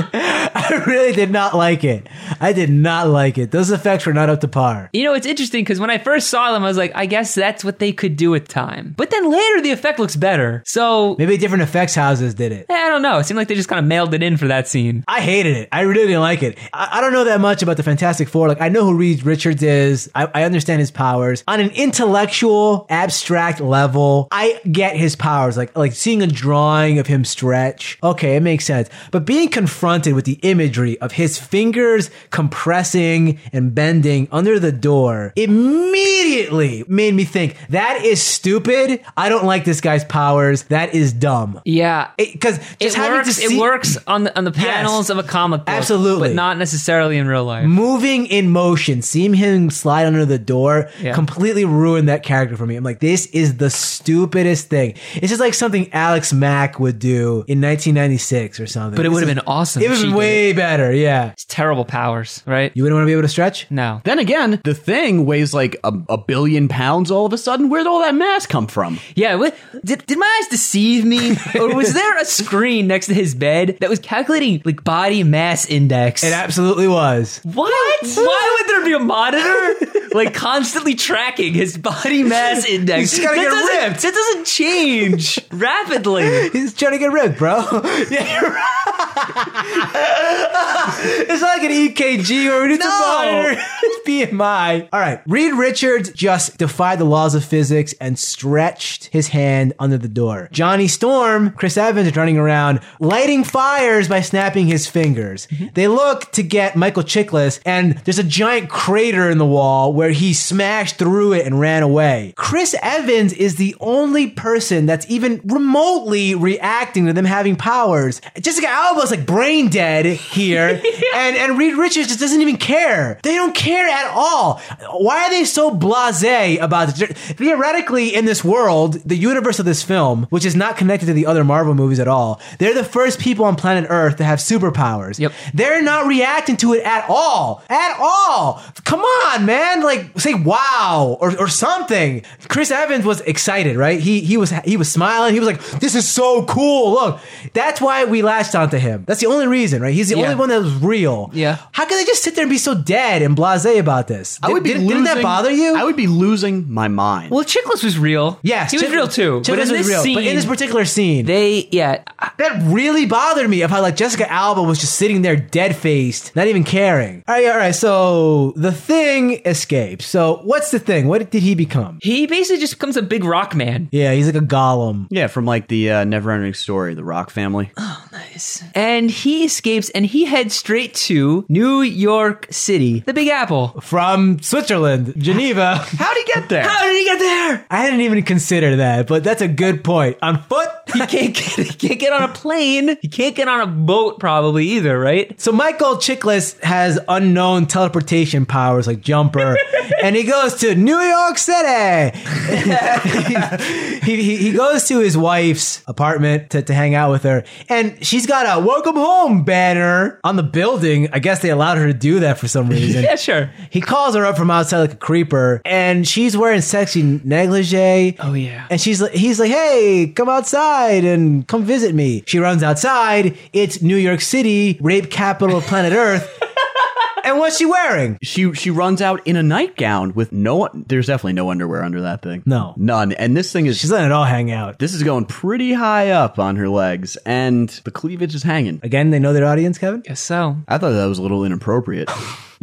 Speaker 1: I really did not like it. I did not like it. Those effects were not up to par.
Speaker 3: You know, it's interesting because when I first saw them, I was like, I guess that's what they could do with time. But then later, the effect looks better. So
Speaker 1: Maybe different effects houses did it.
Speaker 3: eh, I don't know. It seemed like they just kind of mailed it in for that scene.
Speaker 1: I hated it. I really didn't like it. I, I don't know that much about the Fantastic Four. Like, I know who Reed Richards is. I, I understand his powers. On an intellectual, abstract level, I get his powers. Like, like seeing a drawing of him stretch. Okay, it makes sense. But being confronted with the imagery of his fingers compressing and bending under the door immediately made me think that is stupid. I don't like this guy's powers. That is dumb.
Speaker 3: Yeah. It,
Speaker 1: Because just having
Speaker 3: works.
Speaker 1: to see
Speaker 3: it works on the on the panels of a comic book,
Speaker 1: Absolutely.
Speaker 3: but not necessarily in real life.
Speaker 1: moving in motion, seeing him slide under the door
Speaker 3: Yeah.
Speaker 1: completely ruined that character for me. I'm like, this is the stupidest thing. This is like something Alex Mack would do in 1996 or something.
Speaker 3: But it
Speaker 1: This
Speaker 3: would have
Speaker 1: is-
Speaker 3: been awesome
Speaker 1: It would
Speaker 3: if
Speaker 1: have
Speaker 3: she
Speaker 1: been
Speaker 3: did
Speaker 1: way better. Yeah.
Speaker 3: It's terrible hours, right?
Speaker 1: You wouldn't want to be able to stretch?
Speaker 3: no.
Speaker 2: Then again, the thing weighs like a, a billion pounds all of a sudden. Where'd all that mass come from?
Speaker 3: Yeah, what, did, did my eyes deceive me? or was there a screen next to his bed that was calculating like body mass index?
Speaker 1: It absolutely was.
Speaker 3: what? Why would there be a monitor like constantly tracking his body mass index?
Speaker 1: He's gotta
Speaker 3: That
Speaker 1: get
Speaker 3: doesn't-
Speaker 1: ripped.
Speaker 3: That doesn't change rapidly.
Speaker 1: He's trying to get ripped, bro. yeah, you're right. it's not like an EKG where we need to monitor his BMI. All right. Reed Richards just defied the laws of physics and stretched his hand under the door. Johnny Storm, Chris Evans is running around lighting fires by snapping his fingers. They look to get Michael Chiklis, and there's a giant crater in the wall where he smashed through it and ran away. Chris Evans is the only person that's even remotely reacting to them having powers. Jessica Alba's like brain dead here, and and Reed Richards just doesn't even care. They don't care at all. Why are they so blasé about it? Theoretically, in this world, the universe of this film, which is not connected to the other Marvel movies at all, they're the first people on planet Earth to have superpowers.
Speaker 3: Yep.
Speaker 1: They're not reacting to it at all. At all. Come on, man. Like say wow or, or something. Chris Evans was excited, right? He he was he was smiling. He was like, "This is so cool. Look." That's why we latched onto him. That's the only reason, right? He's the
Speaker 3: Yeah.
Speaker 1: only one that was real.
Speaker 3: Yeah.
Speaker 1: How could they just sit there and be so dead and blasé about this?
Speaker 2: I would be
Speaker 1: did, not that
Speaker 2: losing-
Speaker 1: bother you?
Speaker 2: I would be losing my mind.
Speaker 3: Well, Chickless was real.
Speaker 1: Yes,
Speaker 3: he was
Speaker 1: Chit-
Speaker 3: real too. but
Speaker 1: Chitlin's
Speaker 3: in
Speaker 1: was
Speaker 3: this
Speaker 1: real,
Speaker 3: scene,
Speaker 1: but in this particular scene,
Speaker 3: they yeah, I-
Speaker 1: That really bothered me of how like Jessica Alba was just sitting there dead faced, not even caring. All right, all right. So the thing escapes. So what's the thing? What did he become?
Speaker 3: he basically just becomes a big rock man.
Speaker 1: Yeah, he's like a golem.
Speaker 2: yeah, from like the uh, never-ending story, the Rock family.
Speaker 3: And he escapes and he heads straight to New York City, the Big Apple.
Speaker 1: From Switzerland, Geneva.
Speaker 2: How'd he get there?
Speaker 3: How did he get there?
Speaker 1: I didn't even consider that, but that's a good point. On foot?
Speaker 3: He can't get he can't get on a plane. He can't get on a boat probably either, right?
Speaker 1: So Michael Chiklis has unknown teleportation powers like Jumper, and he goes to New York City. he, he, he goes to his wife's apartment to, to hang out with her, and she's got a welcome home banner on the building. I guess they allowed her to do that for some reason.
Speaker 3: Yeah, sure.
Speaker 1: He calls her up from outside like a creeper, and she's wearing sexy negligee.
Speaker 3: Oh, yeah.
Speaker 1: And she's like, he's like, hey, come outside and come visit me. She runs outside. It's New York City, rape capital of planet Earth. and what's she wearing?
Speaker 2: She she runs out in a nightgown with no. There's definitely no underwear under that thing.
Speaker 1: No.
Speaker 2: none. And this thing is
Speaker 1: She's letting it all hang out.
Speaker 2: this is going pretty high up on her legs, and the cleavage is hanging.
Speaker 1: Again, they know their audience, Kevin.
Speaker 3: Guess so.
Speaker 2: I thought that was a little inappropriate.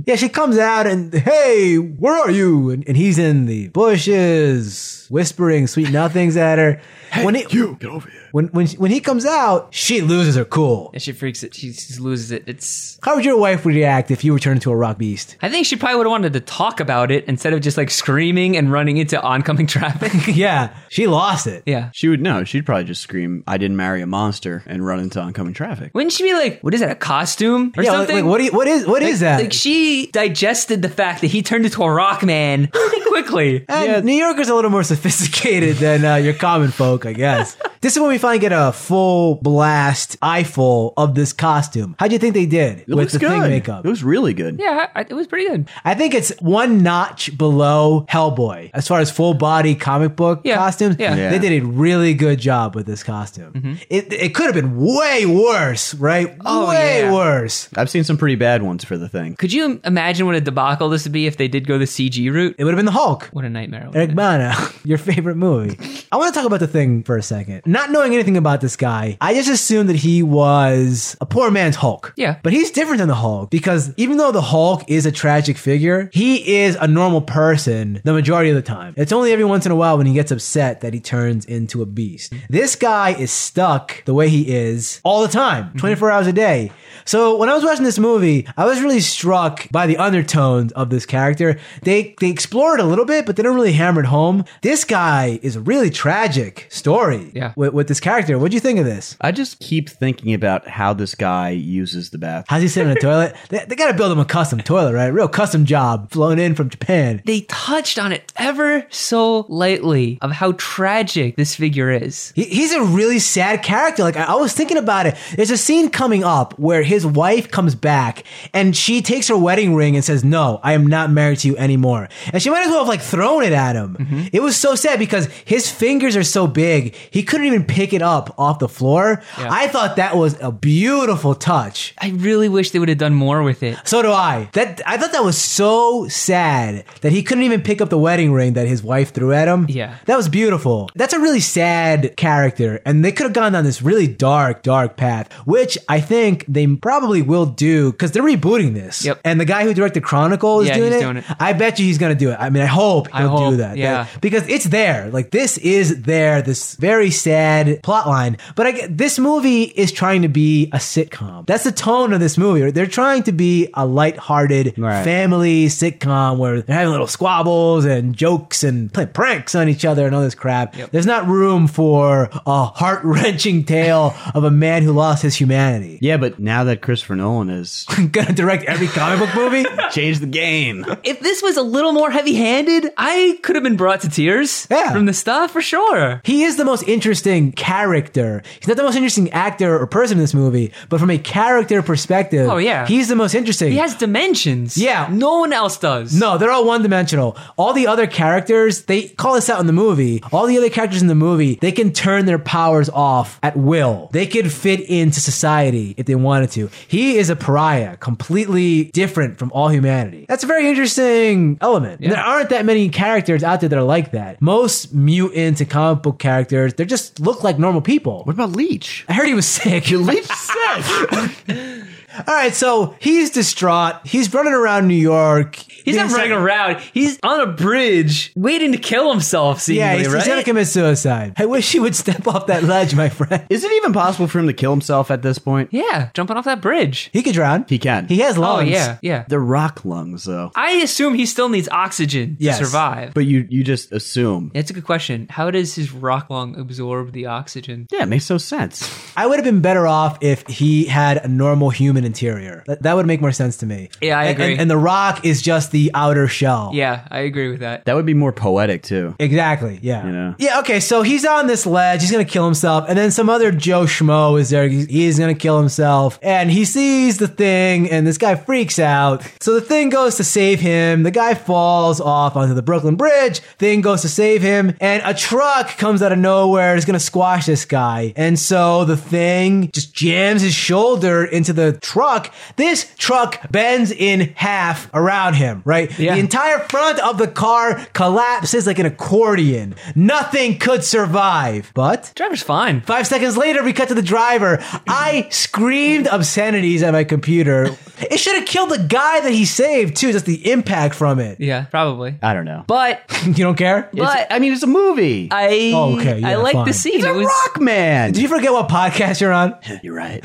Speaker 1: Yeah, she comes out and hey, where are you? And, and he's in the bushes, whispering sweet nothings at her. when he,
Speaker 2: you get over here.
Speaker 1: when when when he comes out, she loses her cool.
Speaker 3: And she freaks it. She just loses it. It's.
Speaker 1: How would your wife react if you were turned into a rock beast?
Speaker 3: I think she probably would have wanted to talk about it instead of just like screaming and running into oncoming traffic.
Speaker 1: Yeah, she lost it.
Speaker 3: yeah.
Speaker 2: She would know. She'd probably just scream, "I didn't marry a monster," and run into oncoming traffic.
Speaker 3: Wouldn't she be like, what is that, a costume or
Speaker 1: yeah, like- like,
Speaker 3: something?
Speaker 1: what, do you, what is what is that?
Speaker 3: Like she digested the fact that he turned into a rock man pretty quickly.
Speaker 1: And New Yorkers are a little more sophisticated than uh, your common folk, I guess. this is when we finally get a full blast eyeful of this costume. How do you think they did
Speaker 2: It
Speaker 1: with
Speaker 2: looks
Speaker 1: the
Speaker 2: good.
Speaker 1: thing makeup?
Speaker 2: It was really good.
Speaker 3: yeah, I, it was pretty good.
Speaker 1: I think it's one notch below Hellboy as far as full body comic book
Speaker 3: Yeah.
Speaker 1: costumes.
Speaker 3: Yeah.
Speaker 2: Yeah.
Speaker 1: They did a really good job with this costume. It, it could have been way worse, right?
Speaker 3: Oh,
Speaker 1: way
Speaker 3: yeah.
Speaker 1: worse.
Speaker 2: I've seen some pretty bad ones for the thing.
Speaker 3: Could you imagine what a debacle this would be if they did go the CG route?
Speaker 1: It would have been the Hulk.
Speaker 3: What a nightmare. it would've
Speaker 1: Eric
Speaker 3: been.
Speaker 1: Bana, your favorite movie. I want to talk about the thing for a second. Not knowing anything about this guy, I just assumed that he was a poor man's Hulk.
Speaker 3: Yeah.
Speaker 1: But he's different than the Hulk because even though the Hulk is a tragic figure, he is a normal person the majority of the time. It's only every once in a while when he gets upset that he turns into a beast. This guy is stuck the way he is all the time, 24 hours a day. So when I was watching this movie, I was really struck by the undertones of this character. They they explore it a little bit, but they don't really hammer it home. This guy is a really tragic story
Speaker 3: Yeah.
Speaker 1: with with, with this character. What do you think of this?
Speaker 2: I just keep thinking about how this guy uses the bath.
Speaker 1: How's he sitting in the toilet? They, they got to build him a custom toilet, right? Real custom job, flown in from Japan.
Speaker 3: They touched on it ever so lightly of how tragic this figure is.
Speaker 1: He, he's a really sad character. Like I, I was thinking about it. There's a scene coming up where his wife comes back and she takes her wedding ring and says, "No, I am not married to you anymore." And she might as well have like thrown it at him. It was so sad because his fingers are so big he couldn't even pick it up off the floor.
Speaker 3: Yeah.
Speaker 1: I thought that was a beautiful touch.
Speaker 3: I really wish they would have done more with it.
Speaker 1: So do I. That I thought that was so sad that he couldn't even pick up the wedding ring that his wife threw at him.
Speaker 3: Yeah.
Speaker 1: That was beautiful. That's a really sad character and they could have gone down this really dark dark path, which I think they probably will do cuz they're rebooting this.
Speaker 3: Yep.
Speaker 1: And the guy who directed Chronicle is
Speaker 3: Yeah,
Speaker 1: doing,
Speaker 3: he's
Speaker 1: it.
Speaker 3: doing it.
Speaker 1: I bet you he's going to do it. I mean, I hope
Speaker 3: I
Speaker 1: he'll do
Speaker 3: hope,
Speaker 1: that.
Speaker 3: yeah.
Speaker 1: That- because it's there. Like this is there this very sad plot line. But I get this movie is trying to be a sitcom. That's the tone of this movie. right? They're trying to be a lighthearted
Speaker 2: Right.
Speaker 1: family sitcom where they're having little squabbles and jokes and playing pranks on each other and all this crap. There's not room for a heart-wrenching tale of a man who lost his humanity.
Speaker 2: Yeah, but now that Christopher Nolan has
Speaker 1: Gonna direct every comic book movie?
Speaker 2: changed the game,
Speaker 3: If this was a little more heavy-handed, I could have been brought to tears
Speaker 1: Yeah.
Speaker 3: from the stuff for sure.
Speaker 1: He is the most interesting character. He's not the most interesting actor or person in this movie, but from a character perspective,
Speaker 3: Oh, yeah.
Speaker 1: he's the most interesting.
Speaker 3: He has dimensions.
Speaker 1: Yeah.
Speaker 3: no one else does.
Speaker 1: no, they're all one dimensional. All the other characters, they call this out in the movie. All the other characters in the movie, they can turn their powers off at will. They could fit into society if they wanted to. He is a pariah, completely different from all humanity. That's a very interesting element. And
Speaker 3: Yeah.
Speaker 1: There aren't that many characters out there that are like that. Most mutants and comic book characters, they just look like normal people.
Speaker 2: what about Leech?
Speaker 1: I heard he was sick.
Speaker 2: Leech sick.
Speaker 1: All right, so he's distraught. He's running around New York.
Speaker 3: He's not running around. He's on a bridge waiting to kill himself, seemingly,
Speaker 1: Yeah, he's,
Speaker 3: right?
Speaker 1: he's gonna commit suicide. I wish he would step off that ledge, my friend.
Speaker 2: Is it even possible for him to kill himself at this point?
Speaker 3: yeah, jumping off that bridge.
Speaker 1: He could drown.
Speaker 2: He can.
Speaker 1: He has
Speaker 3: Oh,
Speaker 1: lungs.
Speaker 3: yeah, yeah.
Speaker 2: They're rock lungs, though.
Speaker 3: I assume he still needs oxygen
Speaker 1: Yes.
Speaker 3: to survive.
Speaker 2: But you you just assume.
Speaker 3: That's a good question. How does his rock lung absorb the oxygen?
Speaker 2: Yeah, it makes no sense.
Speaker 1: I would have been better off if he had a normal human interior. That, that would make more sense to me.
Speaker 3: Yeah, I
Speaker 1: And-
Speaker 3: agree.
Speaker 1: And, and the rock is just the outer shell.
Speaker 3: Yeah, I agree with that.
Speaker 2: That would be more poetic too.
Speaker 1: Exactly. Yeah.
Speaker 2: You know?
Speaker 1: Yeah. Okay. So he's on this ledge. He's gonna kill himself, and then some other Joe schmo is there. He's, he's gonna kill himself, and he sees the thing, and this guy freaks out. So the thing goes to save him. The guy falls off onto the Brooklyn Bridge. Thing goes to save him, and a truck comes out of nowhere. Is gonna squash this guy, and so the thing just jams his shoulder into the truck. This truck bends in half around him. Right.
Speaker 3: Yeah.
Speaker 1: The entire front of the car collapses like an accordion. Nothing could survive. But
Speaker 3: Driver's fine.
Speaker 1: five seconds later, we cut to the driver. I screamed obscenities at my computer. It should have killed the guy that he saved, too, just the impact from it.
Speaker 3: Yeah, probably.
Speaker 2: I don't know.
Speaker 3: But
Speaker 1: You don't care?
Speaker 2: It's- I mean, it's a movie.
Speaker 3: I
Speaker 1: Oh, okay, yeah,
Speaker 3: I like
Speaker 1: fine.
Speaker 3: the scene.
Speaker 2: it's a
Speaker 3: It was-
Speaker 2: rock man.
Speaker 1: Do you forget what podcast you're on?
Speaker 2: You're right.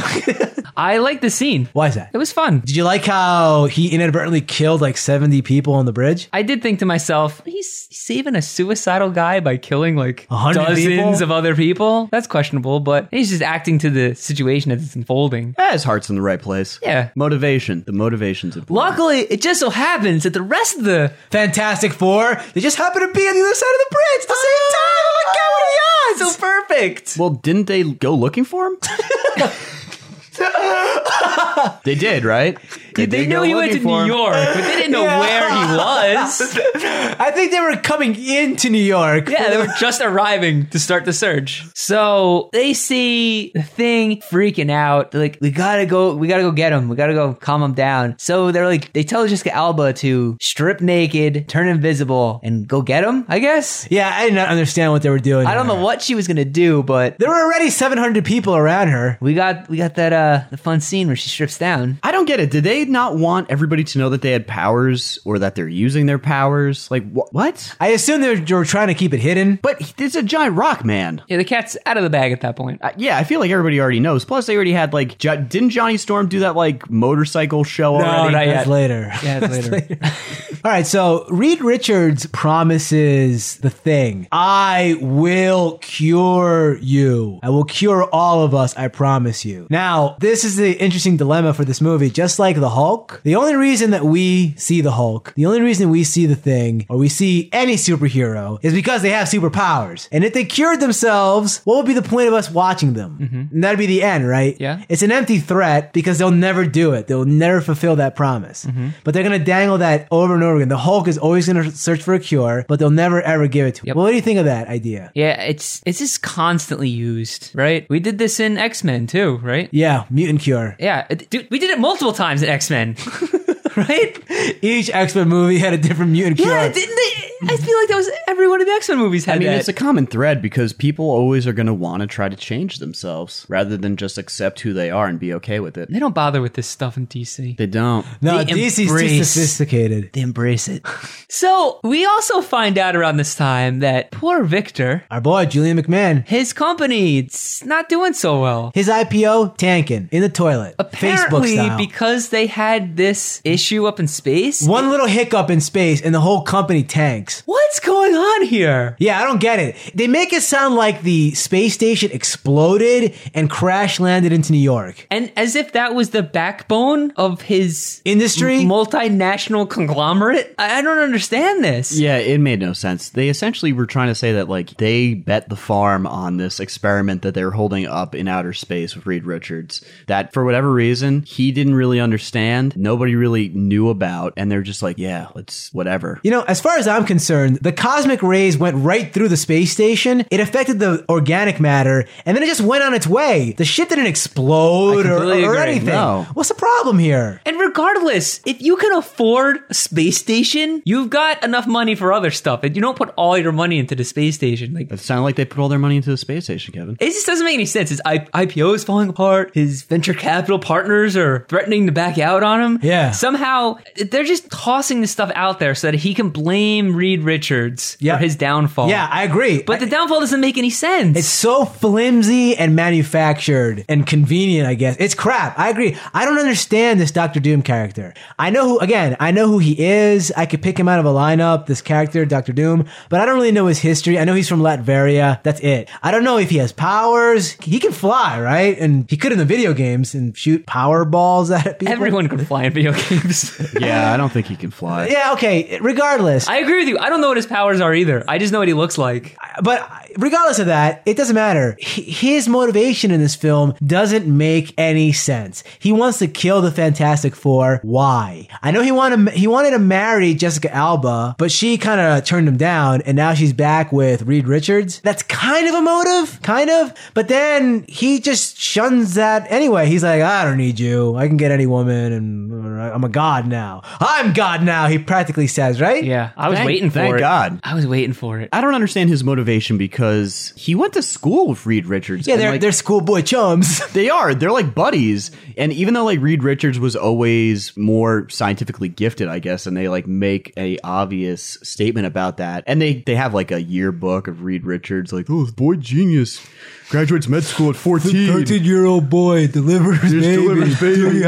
Speaker 3: I like the scene.
Speaker 1: Why is that?
Speaker 3: It was fun.
Speaker 1: Did you like how he inadvertently killed like 70 people on the bridge?
Speaker 3: I did think to myself, he's saving a suicidal guy by killing like
Speaker 1: 100
Speaker 3: dozens
Speaker 1: people?
Speaker 3: of other people. That's questionable, but he's just acting to the situation as it's unfolding.
Speaker 2: yeah, his heart's in the right place.
Speaker 3: Yeah.
Speaker 2: Motivation. The motivation's important.
Speaker 3: Luckily, it just so happens that the rest of the
Speaker 1: Fantastic Four, they just happen to be on the other side of the bridge at the same time. Oh my God, what are the odds?
Speaker 3: Ah! so perfect.
Speaker 2: Well, didn't they go looking for him? they did, right?
Speaker 3: They, knew
Speaker 2: go
Speaker 3: he went to
Speaker 2: looking
Speaker 3: New
Speaker 2: for him.
Speaker 3: York, but they didn't know
Speaker 1: Yeah.
Speaker 3: where he was.
Speaker 1: I think they were coming into New York.
Speaker 3: Yeah, they were just arriving to start the search. So they see the thing freaking out. They're like, we gotta go, we gotta go get him. We gotta go calm him down. So they're like, they tell Jessica Alba to strip naked, turn invisible, and go get him, I guess.
Speaker 1: Yeah, I did not understand what they were doing.
Speaker 3: I don't know
Speaker 1: there.
Speaker 3: what she was gonna do, but
Speaker 1: There were already 700 people around her.
Speaker 3: we got we got that uh the fun scene where she strips down.
Speaker 1: I don't
Speaker 2: don't get it. Did they not want everybody to know that they had powers or that they're using their powers? Like wh- what?
Speaker 1: I assume they were, they were trying to keep it hidden.
Speaker 2: But he- it's a giant rock man.
Speaker 3: Yeah, the cat's out of the bag at that point.
Speaker 2: Uh, yeah, I feel like everybody already knows. Plus, they already had like, jo- didn't Johnny Storm do that like motorcycle show already?
Speaker 3: not
Speaker 1: That's
Speaker 3: yet.
Speaker 1: later.
Speaker 3: Yeah, it's later.
Speaker 1: All right, so Reed Richards promises the thing. I will cure you. I will cure all of us, I promise you. Now, this is the interesting dilemma for this movie. Just like the Hulk, the only reason that we see the Hulk, the only reason we see the thing, or we see any superhero, is because they have superpowers. And if they cured themselves, what would be the point of us watching them? And that'd be the end, right?
Speaker 3: Mm-hmm. Yeah.
Speaker 1: It's an empty threat because they'll never do it. They'll never fulfill that promise.
Speaker 3: Mm-hmm.
Speaker 1: But they're going to dangle that over and over again. The Hulk is always going to search for a cure, but they'll never ever give it to him.
Speaker 3: Yep.
Speaker 1: Well, what do you think of that idea?
Speaker 3: Yeah, it's it's just constantly used, right? We did this in X Men too, right?
Speaker 1: Yeah, mutant cure.
Speaker 3: Yeah, it- dude, we did it multiple times in X Men, right?
Speaker 1: Each X Men movie had a different mutant cure.
Speaker 3: Yeah, didn't they? I feel like that was every one of the X Men movies had
Speaker 2: I mean,
Speaker 3: that.
Speaker 2: it's a common thread because people always are going to want to try to change themselves rather than just accept who they are and be okay with it.
Speaker 3: they don't bother with this stuff in DC.
Speaker 2: They don't.
Speaker 1: no,
Speaker 3: The
Speaker 1: DC's too
Speaker 3: embrace.
Speaker 1: sophisticated.
Speaker 3: They embrace it. so we also find out around this time that poor Victor,
Speaker 1: Our boy Julian McMahon,
Speaker 3: his company, it's not doing so well.
Speaker 1: his IPO tanking in the toilet, Facebook
Speaker 3: Apparently,
Speaker 1: style.
Speaker 3: because they had this issue up in space.
Speaker 1: One little hiccup in space, and the whole company tanks.
Speaker 3: What's going on here?
Speaker 1: Yeah, I don't get it. They make it sound like the space station exploded and crash landed into New York.
Speaker 3: And as if that was the backbone of his
Speaker 1: Industry?
Speaker 3: multinational conglomerate. I I don't understand this.
Speaker 2: Yeah, it made no sense. They essentially were trying to say that like they bet the farm on this experiment that they're holding up in outer space with Reed Richards. That for whatever reason he didn't really understand, nobody really knew about, and they're just like, yeah, let's whatever.
Speaker 1: You know, as far as I'm concerned, the cosmic rays went right through the space station. It affected the organic matter, and then it just went on its way. The shit didn't explode
Speaker 3: I
Speaker 1: or,
Speaker 3: completely
Speaker 1: or
Speaker 3: agree.
Speaker 1: anything.
Speaker 2: No.
Speaker 1: What's the problem here?
Speaker 3: And regardless, if you can afford a space station, you've got enough money for other stuff. And you don't put all your money into the space station. Like
Speaker 2: It sounded like they put all their money into the space station, Kevin.
Speaker 3: it just doesn't make any sense. His I- IPO is falling apart. His venture capital partners are threatening to back out on him.
Speaker 1: Yeah.
Speaker 3: Somehow they're just tossing this stuff out there so that he can blame Reed Richards
Speaker 1: Yeah.
Speaker 3: for his downfall.
Speaker 1: Yeah, I agree.
Speaker 3: But the downfall doesn't make any sense.
Speaker 1: It's so flimsy and manufactured and convenient, I guess. It's crap. I agree. I don't understand this Doctor Doom character. I know who, again, I know who he is. I could pick him out of a lineup, this character, Doctor Doom, but I don't really know his history. I know he's from Latveria. That's it. I don't know if he has powers. He can fly, right? And he could in the video games and shoot power balls at people.
Speaker 3: Everyone can fly in video games.
Speaker 2: Yeah, I don't think he can fly.
Speaker 1: Yeah, okay. Regardless,
Speaker 3: I agree with you. I don't know what his powers are either. I just know what he looks like.
Speaker 1: but regardless of that, it doesn't matter. H- His motivation in this film doesn't make any sense. He wants to kill the Fantastic Four. Why? I know he wanted he wanted to marry Jessica Alba, but she kind of turned him down, and now she's back with Reed Richards. That's kind of a motive, kind of. But then he just shuns that anyway. He's like, I don't need you. I can get any woman, and I'm a god now. I'm god now. He practically says, right?
Speaker 3: Yeah, I was
Speaker 2: Thank-
Speaker 3: waiting for
Speaker 2: thank
Speaker 3: it.
Speaker 2: God.
Speaker 3: I was waiting for it.
Speaker 2: I don't understand his motivation because he went to school with Reed Richards.
Speaker 1: Yeah,
Speaker 2: and,
Speaker 1: they're,
Speaker 2: like,
Speaker 1: they're schoolboy chums.
Speaker 2: They are. They're like buddies. And even though like Reed Richards was always more scientifically gifted, I guess, and they like make a obvious statement about that. And they they have like a yearbook of Reed Richards, like, oh, this boy genius. Graduates med school at 14.
Speaker 1: year old boy delivers
Speaker 2: Just delivers baby.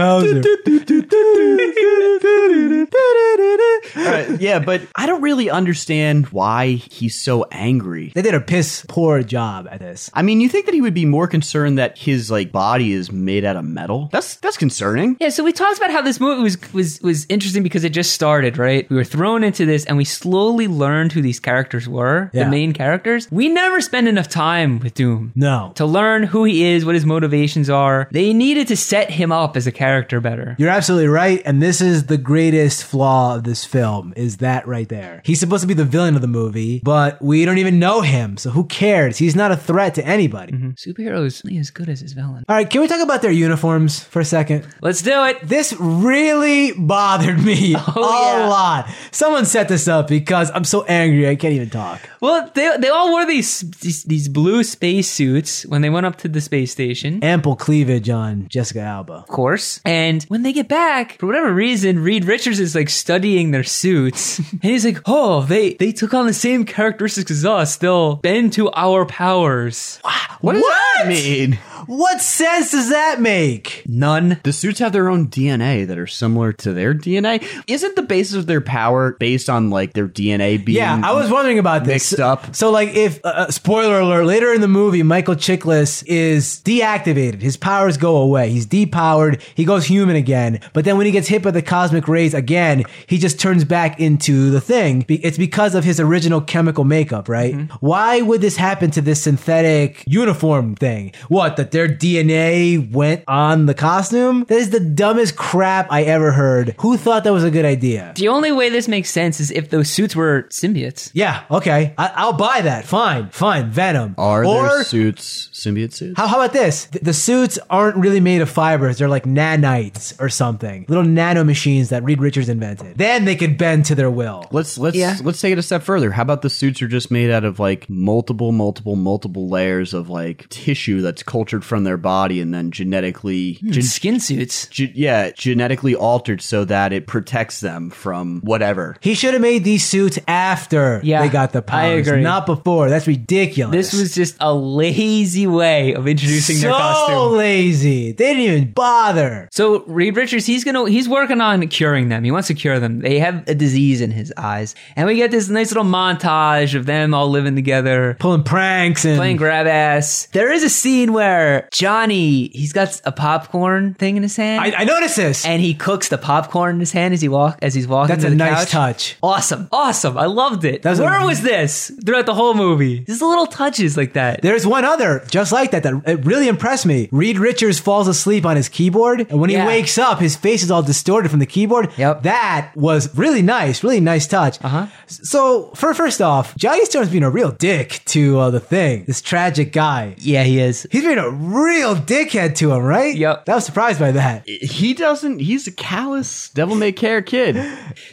Speaker 2: Uh, yeah, but I don't really understand why he's so angry.
Speaker 1: They did a piss poor job at this.
Speaker 2: I mean, you think that he would be more concerned that his like body is made out of metal? That's that's concerning.
Speaker 3: Yeah, so we talked about how this movie was was was interesting because it just started, right? We were thrown into this and we slowly learned who these characters were,
Speaker 1: Yeah.
Speaker 3: the main characters. We never spend enough time with Doom.
Speaker 1: No.
Speaker 3: To learn who he is, what his motivations are. They needed to set him up as a character better.
Speaker 1: You're absolutely right, and this is the greatest flaw of this film, is that right there. He's supposed to be the villain of the movie, but we don't even know him, so who cares? He's not a threat to anybody.
Speaker 3: Hmm.
Speaker 2: Mm-hmm.
Speaker 3: Superhero is only as good as his villain.
Speaker 1: All right, can we talk about their uniforms for a second?
Speaker 3: Let's do it.
Speaker 1: This really bothered me
Speaker 2: Oh,
Speaker 1: a
Speaker 3: yeah.
Speaker 1: lot. Someone set this up because I'm so angry I can't even talk.
Speaker 3: Well, they, they all wore these these, these blue space suits when they went up to the space station.
Speaker 1: Ample cleavage on Jessica Alba.
Speaker 3: of course. And when they get back, for whatever reason, Reed Richards is like studying their suits, and he's like, "Oh, they they took on the same characteristics as us. They'll bend to our powers."
Speaker 2: What does that mean?
Speaker 1: What sense does that make?
Speaker 3: None.
Speaker 2: The suits have their own DNA that are similar to their DNA. Isn't the basis of their power based on like their DNA being?
Speaker 1: Yeah, I was wondering about this.
Speaker 2: mixed up.
Speaker 1: So, like, if uh, uh, spoiler alert, later in the movie, Michael Chiklis is deactivated. His powers go away. He's depowered. He goes human again. But then when he gets hit by the cosmic rays again, he just turns back into the thing. Be- It's because of his original chemical makeup, right?
Speaker 2: Mm-hmm.
Speaker 1: Why would this happen to this synthetic uniform thing? What that their DNA went on the costume? That is the dumbest crap I ever heard. Who thought that was a good idea?
Speaker 3: The only way this makes sense is if those suits were symbiotes.
Speaker 1: Yeah, okay. I, I'll buy that. Fine, fine. Venom.
Speaker 2: Are
Speaker 1: or
Speaker 2: their suits symbiote suits?
Speaker 1: how, how about this? Th- The suits aren't really made of fibers. They're like nanites or something. Little nano machines that Reed Richards invented. Then they could bend to their will.
Speaker 2: Let's let's let's take it a step further. How about the suits are just made out of like multiple, multiple, multiple layers of like tissue that's cultured from their body and then genetically,
Speaker 1: Hmm.
Speaker 2: gen-
Speaker 3: Skin suits.
Speaker 2: ge- yeah, genetically altered so that it protects them from whatever.
Speaker 1: He should have made these suits after
Speaker 3: Yeah,
Speaker 1: they got the
Speaker 3: I
Speaker 1: powers,
Speaker 3: agree.
Speaker 1: not before. That's ridiculous.
Speaker 3: This was just a lazy way of introducing
Speaker 1: so
Speaker 3: their costume.
Speaker 1: lazy. They didn't even bother.
Speaker 3: So Reed Richards, he's gonna he's working on curing them. He wants to cure them. They have a disease in his eyes, and we get this nice little montage of them all living together,
Speaker 1: Pulling pranks and
Speaker 3: playing grab ass. There is a scene where Johnny he's got a popcorn thing in his hand,
Speaker 1: I, I noticed this.
Speaker 3: and he cooks the popcorn in his hand as he walk as he's walking.
Speaker 1: That's
Speaker 3: to
Speaker 1: a
Speaker 3: the
Speaker 1: nice
Speaker 3: couch.
Speaker 1: touch.
Speaker 3: Awesome, awesome. I loved it.
Speaker 1: was a-
Speaker 3: Where was this throughout the whole movie? Just little touches like that.
Speaker 1: There's one other just like that that it really impressed me. Reed Richards falls asleep on his keyboard, and when
Speaker 3: Yeah.
Speaker 1: he wakes up, his face is all distorted from the keyboard.
Speaker 3: Yep.
Speaker 1: That was really nice, really nice touch.
Speaker 3: Uh-huh.
Speaker 1: So, for first off, Johnny Storm's being a real dick to uh, the thing, this tragic guy.
Speaker 3: yeah, he is.
Speaker 1: He's being a real dickhead to him, right?
Speaker 3: Yep.
Speaker 1: That was surprised by that.
Speaker 2: He doesn't. He's a callous, devil may care kid.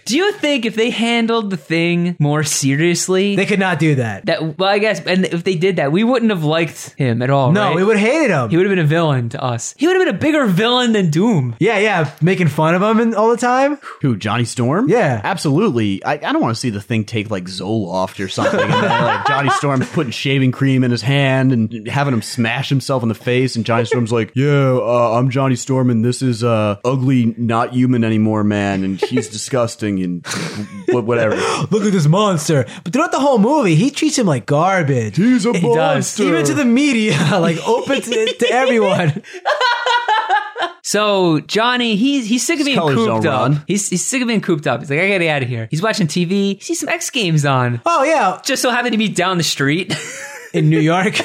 Speaker 3: Do you think if they handled the thing more seriously,
Speaker 1: They could not do that.
Speaker 3: That well, I guess, and if they did that, we wouldn't have liked him at all.
Speaker 1: no,
Speaker 3: right?
Speaker 1: we would have hated him.
Speaker 3: He would have been a villain to us. He would have been a bigger villain than Doom.
Speaker 1: yeah, yeah, making fun of him and, all the time.
Speaker 2: Who Johnny Storm?
Speaker 1: Yeah.
Speaker 2: absolutely. I, I don't want to see the thing take like Zoloft or something. and then, like Johnny Storm's putting shaving cream in his hand and having him smash himself in the face, and Johnny Storm's like, "Yeah, uh, I'm Johnny Storm, and this is uh, ugly, not human anymore, man, and he's disgusting and wh- whatever."
Speaker 1: Look at this monster. But throughout the whole movie, he treats him like garbage.
Speaker 2: He's a
Speaker 3: does.
Speaker 2: monster.
Speaker 1: Even to the media, like open to, to everyone.
Speaker 3: So Johnny, he's he's sick of being
Speaker 2: colors
Speaker 3: cooped
Speaker 2: don't
Speaker 3: up.
Speaker 2: run.
Speaker 3: He's he's sick of being cooped up. He's like, I gotta get out of here. He's watching TV. He sees some X Games on.
Speaker 1: Oh yeah,
Speaker 3: Just so happened to be down the street,
Speaker 1: in New York.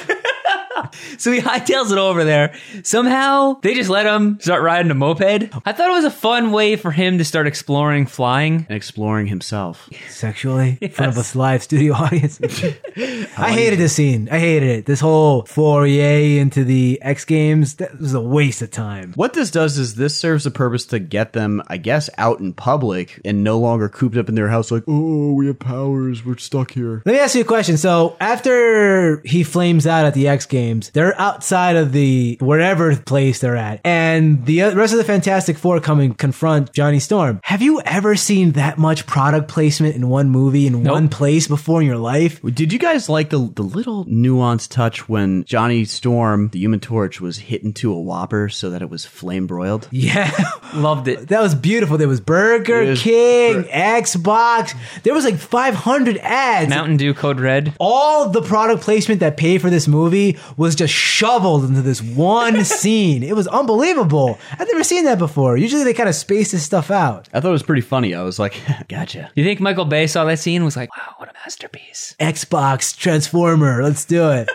Speaker 3: so he hightails it over there. Somehow they just let him start riding a moped. I thought it was a fun way for him to start exploring flying.
Speaker 2: and exploring himself.
Speaker 1: Sexually in front of a live studio audience. I hated this scene. I hated it. This whole foray into the X Games that was a waste of time.
Speaker 2: What this does is this serves a purpose to get them, I guess, out in public and no longer cooped up in their house, like, oh, we have powers, we're stuck here.
Speaker 1: Let me ask you a question. So after he flames out at the X Games, they're outside of the wherever place they're at, and the rest of the Fantastic Four come and confront Johnny Storm. Have you ever seen that much product placement in one movie in one place before in your life?
Speaker 2: Did you guys like the the little nuanced touch when Johnny Storm, the Human Torch, was hit into a Whopper so that it was flame broiled?
Speaker 1: Yeah.
Speaker 3: Loved it.
Speaker 1: That was beautiful. There was Burger
Speaker 2: It was
Speaker 1: King,
Speaker 2: bur-
Speaker 1: Xbox. There was like 500 ads.
Speaker 3: Mountain Dew Code Red.
Speaker 1: All the product placement that paid for this movie was just shoveled into this one scene. It was unbelievable. I've never seen that before. Usually they kind of space this stuff out.
Speaker 2: I thought it was pretty funny. I was like, gotcha.
Speaker 3: You think Michael Bay saw that scene and was like, wow, what a masterpiece.
Speaker 1: Xbox, Transformer, let's do it.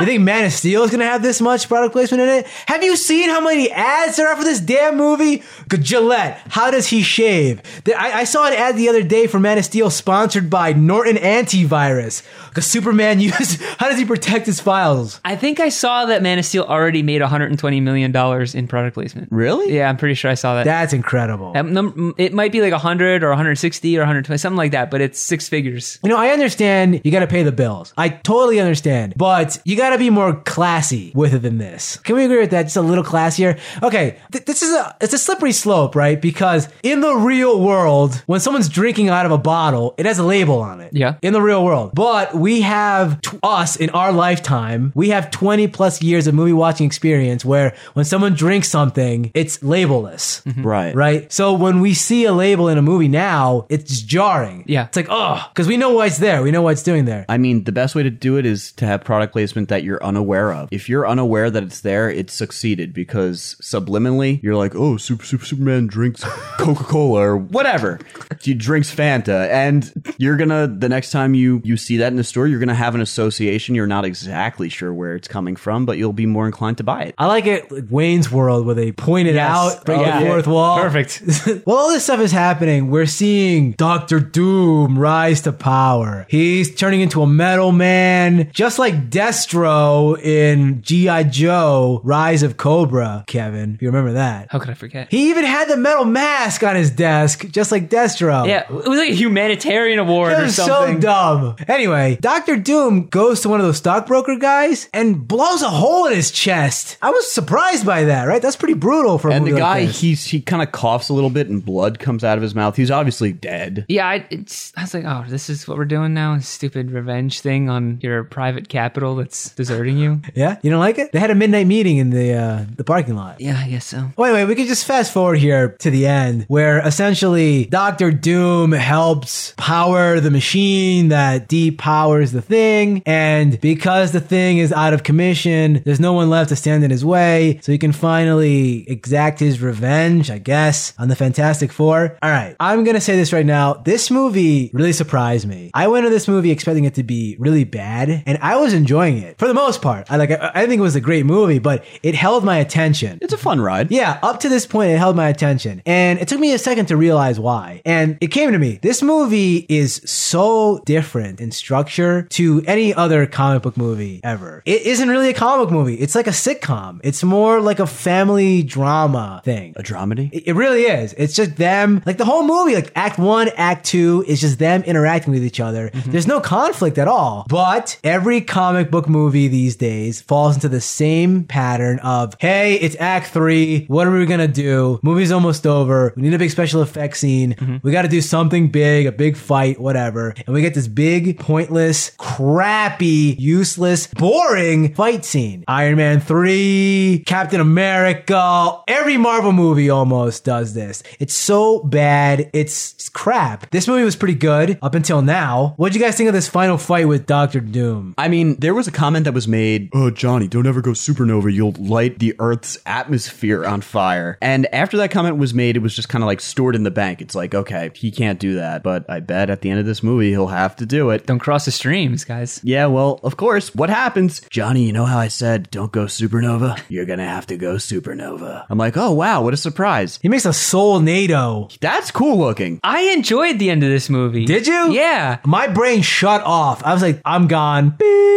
Speaker 1: You think Man of Steel is going to have this much product placement in it? Have you seen how many ads there are for this damn movie? Gillette, how does he shave? There- I, I saw an ad the other day for Man of Steel sponsored by Norton Antivirus. Because Superman used, how does he protect his files?
Speaker 3: I think I saw that Man of Steel already made 120 million dollars in product placement.
Speaker 2: Really?
Speaker 3: Yeah, I'm pretty sure I saw that.
Speaker 1: That's incredible.
Speaker 3: That num- it might be like 100 or 160 or 120, something like that, but it's six figures.
Speaker 1: You know, I understand you got to pay the bills. I totally understand. But you got to be more classy with it than this. Can we agree with that? Just a little classier. Okay, th- this is a it's a slippery slope, right? Because in the real world, when someone's drinking out of a bottle, it has a label on it.
Speaker 3: Yeah.
Speaker 1: In the real world, but we have t- us in our lifetime, we have twenty plus years of movie watching experience where when someone drinks something, it's labelless
Speaker 2: Right.
Speaker 1: right? So when we see a label in a movie now, it's jarring.
Speaker 3: Yeah.
Speaker 1: It's like, oh, because we know why it's there. We know why it's doing there.
Speaker 2: I mean, the best way to do it is to have product placement that you're unaware of. If you're unaware that it's there, it's succeeded because subliminally you're like, oh, Super, Super Superman drinks Coca Cola or whatever. He drinks Fanta, and you're gonna the next time you you see that in the store, you're gonna have an association. You're not exactly sure where it's coming from, but you'll be more inclined to buy it.
Speaker 1: I like it, like Wayne's World, where they point it out, break
Speaker 3: Yeah.
Speaker 1: the fourth wall.
Speaker 3: Perfect.
Speaker 1: While all this stuff is happening, we're seeing Doctor Doom rise to power. He's turning into a metal man, just like Destro in G.I. Joe Rise of Cobra, Kevin, if you remember that.
Speaker 3: How could I forget?
Speaker 1: He even had the metal mask on his desk, just like Destro.
Speaker 3: Yeah, it was like a humanitarian award
Speaker 1: That
Speaker 3: or
Speaker 1: was so
Speaker 3: something.
Speaker 1: dumb. Anyway, Doctor Doom goes to one of those stockbroker guys and blows a hole in his chest. I was surprised by that. Right? That's pretty brutal for a
Speaker 2: And the
Speaker 1: movie like
Speaker 2: guy,
Speaker 1: this.
Speaker 2: he's he kind of coughs a little bit, and blood comes out of his mouth. He's obviously dead.
Speaker 3: Yeah, I, it's, I was like, oh, this is what we're doing now? This stupid revenge thing on your private capital that's deserting you?
Speaker 1: yeah, you don't like it? They had a midnight meeting in the uh, the parking lot.
Speaker 3: yeah, I guess so.
Speaker 1: Well, anyway, we could just fast forward here to the end, where essentially Doctor Doom helps power the machine that depowers the thing, and because the thing is out of commission, there's no one left to stand in his way, so he can finally exact his revenge, I guess, on the Fantastic Four. All right, I'm gonna say this right now. This movie really surprised me. I went into this movie expecting it to be really bad, and I was enjoying it for the most part. I like, I, I think it was a great movie, but it held my attention.
Speaker 2: It's a fun ride.
Speaker 1: Yeah, up to this point, it held my attention. And it took me a second to realize why. And it came to me. This movie is so different in structure to any other comic book movie ever. It isn't really a comic book movie, it's like a sitcom. It's more like a family drama thing.
Speaker 2: a dramedy.
Speaker 1: It it really is. It's just them, like the whole movie, like act one, act two, is just them interacting with each other. There's no conflict at all. But every comic book movie these days falls into the same pattern of, hey, it's act three. What are we going to do? Movie's almost over. We need a big special effects scene. We got to do something big, a big fight, whatever. And we get this big, pointless, crappy, useless, boring fight scene. Iron Man 3, Captain America, every Marvel movie almost does this. It's so bad. It's crap. This movie was pretty good up until now. What'd you guys think of this final fight with Doctor Doom?
Speaker 2: I mean, there was a comment that was made, "Oh, Johnny, don't ever go supernova. You'll light the Earth's atmosphere on fire." And after that comment was made, it was just kind of like stored in the bank. It's like, okay, he can't do that, but I bet at the end of this movie, he'll have to do it.
Speaker 3: Don't cross the streams, guys.
Speaker 2: Yeah, well, of course. What happens? Johnny, you know how I said don't go supernova? You're gonna have to go supernova. I'm like, oh wow, what a surprise.
Speaker 1: He makes a soul NATO.
Speaker 2: That's cool looking.
Speaker 3: I enjoyed the end of this movie.
Speaker 1: Did you?
Speaker 3: Yeah.
Speaker 1: My brain shut off. I was like, I'm gone. Beep.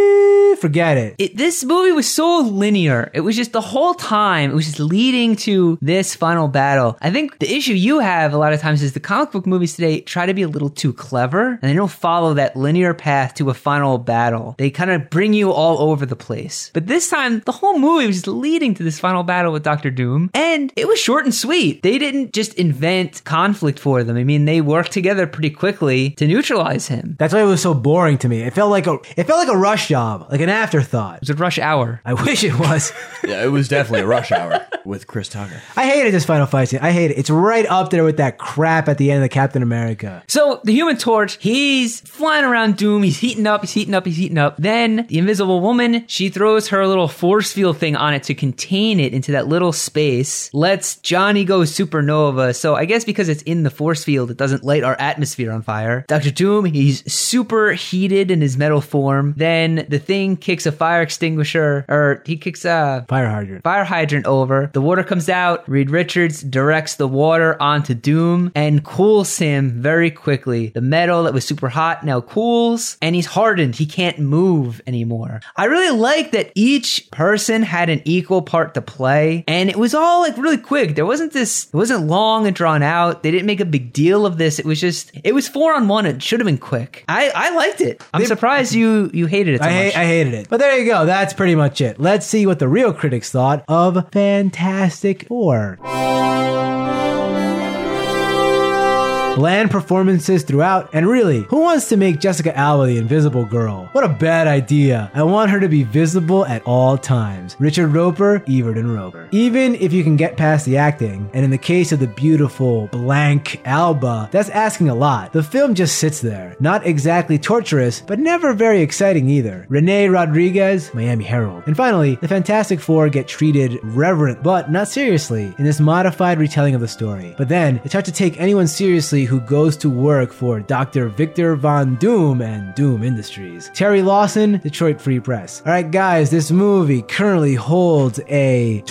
Speaker 1: Forget it.
Speaker 3: It, this movie was so linear. It was just the whole time, it was just leading to this final battle. I think the issue you have a lot of times is the comic book movies today try to be a little too clever and they don't follow that linear path to a final battle. They kind of bring you all over the place. But this time, the whole movie was just leading to this final battle with Doctor Doom, and it was short and sweet. They didn't just invent conflict for them. I mean, they worked together pretty quickly to neutralize him.
Speaker 1: That's why it was so boring to me. It felt like a it felt like a rush job, like an afterthought.
Speaker 3: It was a rush hour.
Speaker 1: I wish it was.
Speaker 2: Yeah, it was definitely a rush hour with Chris Tucker.
Speaker 1: I hated this final fight scene. I hate it. It's right up there with that crap at the end of Captain America.
Speaker 3: So the Human Torch, he's flying around Doom. He's heating up. He's heating up. He's heating up. Then the Invisible Woman, she throws her little force field thing on it to contain it into that little space. Lets Johnny go supernova. So I guess because it's in the force field, it doesn't light our atmosphere on fire. Doctor Doom, he's super heated in his metal form. Then the thing kicks uh, a fire extinguisher, or he kicks a
Speaker 1: Fire hydrant.
Speaker 3: fire hydrant over. The water comes out. Reed Richards directs the water onto Doom and cools him very quickly. The metal that was super hot now cools and he's hardened. He can't move anymore. I really like that each person had an equal part to play and it was all like really quick. There wasn't this, it wasn't long and drawn out. They didn't make a big deal of this. It was just, it was four on one. It should have been quick. I, I liked it. I'm surprised you, you hated it so
Speaker 1: I,
Speaker 3: much.
Speaker 1: ha- I hated it. But there you go. That's pretty much it. Let's see what the real critics thought of Fantastic Four. Bland performances throughout, and really, who wants to make Jessica Alba the invisible girl? What a bad idea. I want her to be visible at all times. Richard Roper, Evert and Roper. Even if you can get past the acting, and in the case of the beautiful blank Alba, that's asking a lot. The film just sits there. Not exactly torturous, but never very exciting either. Renee Rodriguez, Miami Herald. And finally, the Fantastic Four get treated reverent, but not seriously, in this modified retelling of the story. But then, it's hard to take anyone seriously who goes to work for Dr. Victor Von Doom and Doom Industries. Terry Lawson, Detroit Free Press. All right, guys, this movie currently holds a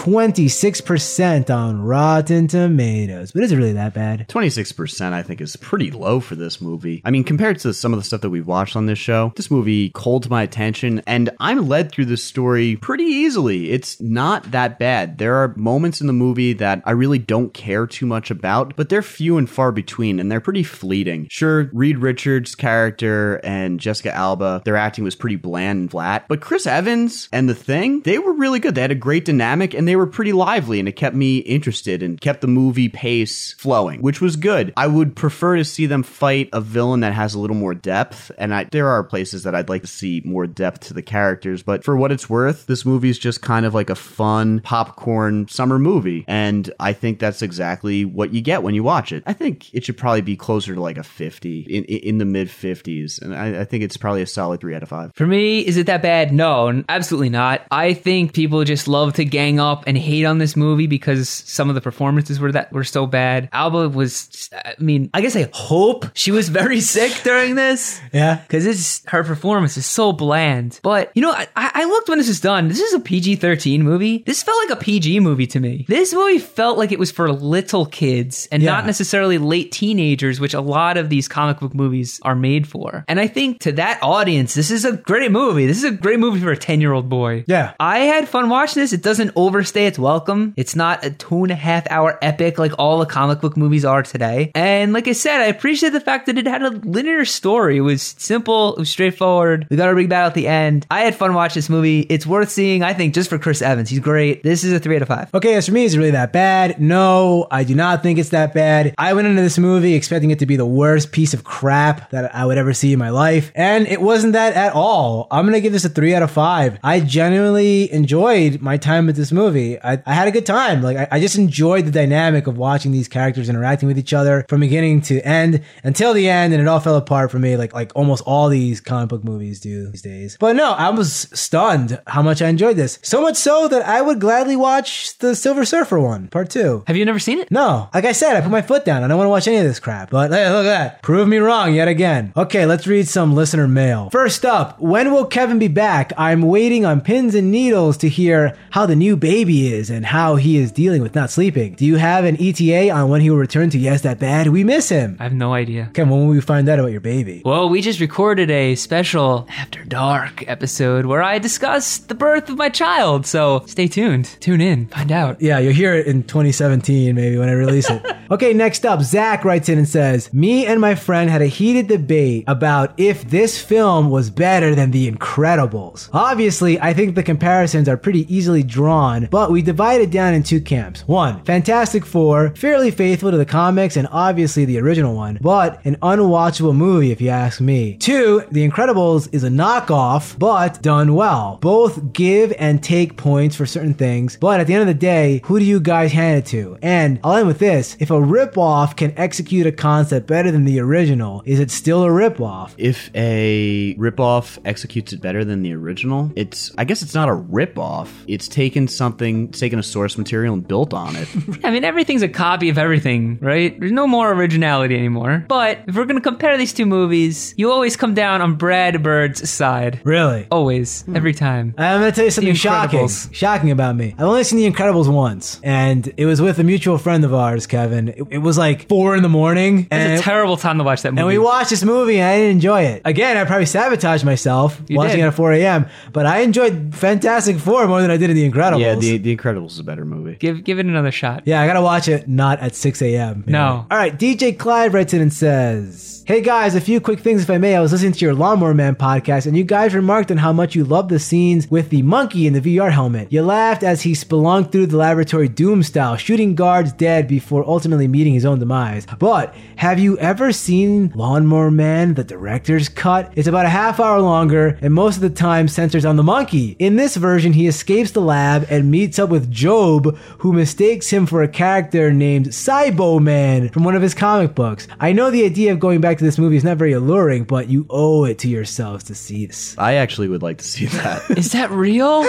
Speaker 1: 26% on Rotten Tomatoes. But is it really that bad?
Speaker 2: 26% I think is pretty low for this movie. I mean, compared to some of the stuff that we've watched on this show, this movie called my attention and I'm led through this story pretty easily. It's not that bad. There are moments in the movie that I really don't care too much about, but they're few and far between and they're pretty fleeting. Sure, Reed Richards' character and Jessica Alba, their acting was pretty bland and flat, but Chris Evans and The Thing, they were really good. They had a great dynamic and they were pretty lively and it kept me interested and kept the movie pace flowing, which was good. I would prefer to see them fight a villain that has a little more depth, and I, there are places that I'd like to see more depth to the characters, but for what it's worth, this movie's just kind of like a fun popcorn summer movie, and I think that's exactly what you get when you watch it. I think it should probably be closer to like a 50, in, in in the mid 50s, and I, I think it's probably a solid 3 out of 5.
Speaker 3: For me, is it that bad? No, n- absolutely not. I think people just love to gang up and hate on this movie because some of the performances were that were so bad. Alba was, I mean, I guess I hope she was very sick during this.
Speaker 1: Yeah.
Speaker 3: Because it's her performance is so bland. But you know, I, I I looked when this was done. This is a PG thirteen movie. This felt like a PG movie to me. This movie felt like it was for little kids and
Speaker 1: Yeah.
Speaker 3: not necessarily late teenagers, which a lot of these comic book movies are made for. And I think to that audience, this is a great movie. This is a great movie for a ten year old boy.
Speaker 1: Yeah.
Speaker 3: I had fun watching this. It doesn't overstay its welcome. It's not a two and a half hour epic like all the comic book movies are today. And like I said, I appreciate the fact that it had a linear story. It was simple, it was straightforward. We got a big battle at the end. I had fun watching this movie. It's worth seeing, I think, just for Chris Evans. He's great. This is a three out of five.
Speaker 1: Okay, as for me, is it really that bad? No, I do not think it's that bad. I went into this movie expecting it to be the worst piece of crap that I would ever see in my life, and it wasn't that at all. I'm gonna give this a three out of five. I genuinely enjoyed my time with this movie. I, I had a good time. Like, I, I just enjoyed the dynamic of watching these characters interacting with each other from beginning to end until the end, and it all fell apart for me, like, like almost all these comic book movies do these days. But no, I was stunned how much I enjoyed this. So much so that I would gladly watch the Silver Surfer one, part two.
Speaker 3: Have you never seen it?
Speaker 1: No, like I said, I put my foot down. I don't want to watch any of this crap. But hey, look at that. Prove me wrong yet again. Okay, let's read some listener mail. First up, when will Kevin be back? I'm waiting on pins and needles to hear how the new baby is and how he is dealing with not sleeping. Do you have an ETA on when he will return to Yes That Bad? We miss him.
Speaker 3: I have no idea.
Speaker 1: Kevin, when will we find out about your baby?
Speaker 3: Well, we just recorded a special After Dark episode where I discussed the birth of my child. So stay tuned. Tune in. Find out.
Speaker 1: Yeah, you'll hear it in 2017, maybe when I release it. okay, next up, Zach writes in and says, Me and my friend had a heated debate about if this film was better than The Incredibles. Obviously, I think the comparisons are pretty easily drawn, but we divided down in two camps. One, Fantastic Four, fairly faithful to the comics and obviously the original one, but an unwatchable movie if you ask me. Two, The Incredibles is a knockoff, but done well. Both give and take points for certain things, but at the end of the day, who do you guys hand it to? And I'll end with this. If a ripoff can execute a concept better than the original, is it still a ripoff?
Speaker 2: If a ripoff executes it better than the original, it's I guess it's not a ripoff. It's taken something, it's taken a source material and built on it.
Speaker 3: I mean, everything's a copy of everything, right? There's no more originality anymore. But if we're gonna compare these two movies, you always come down on Brad Bird's side.
Speaker 1: Really?
Speaker 3: Always, every time.
Speaker 1: I'm going to tell you something shocking.
Speaker 3: Incredibles.
Speaker 1: Shocking about me. I've only seen The Incredibles once, and it was with a mutual friend of ours, Kevin. It, it was like four in the morning, and,
Speaker 3: It's a terrible time to watch that movie.
Speaker 1: and we watched this movie, and I didn't enjoy it. Again, I probably sabotaged myself
Speaker 3: You
Speaker 1: watching
Speaker 3: did.
Speaker 1: it at 4 a.m., but I enjoyed Fantastic Four more than I did in The Incredibles.
Speaker 2: yeah, the The Incredibles is a better movie.
Speaker 3: give give it another shot.
Speaker 1: Yeah, I gotta watch it not at 6 a.m. you
Speaker 3: No.
Speaker 1: know. All right, DJ Clyde writes in and says, Hey guys, a few quick things if I may. I was listening to your Lawnmower Man podcast, and you guys remarked on how much you love the scenes with the monkey in the VR helmet. You laughed as he spelunked through the laboratory doom style, shooting guards dead before ultimately meeting his own demise. But have you ever seen Lawnmower Man, the director's cut? It's about a half hour longer, and most of the time centers on the monkey. In this version, he escapes the lab and meets up with Job, who mistakes him for a character named Cybo Man from one of his comic books. I know the idea of going back to this movie is not very alluring, but you owe it to yourselves to see this.
Speaker 2: I actually would like to see that.
Speaker 3: Is that real?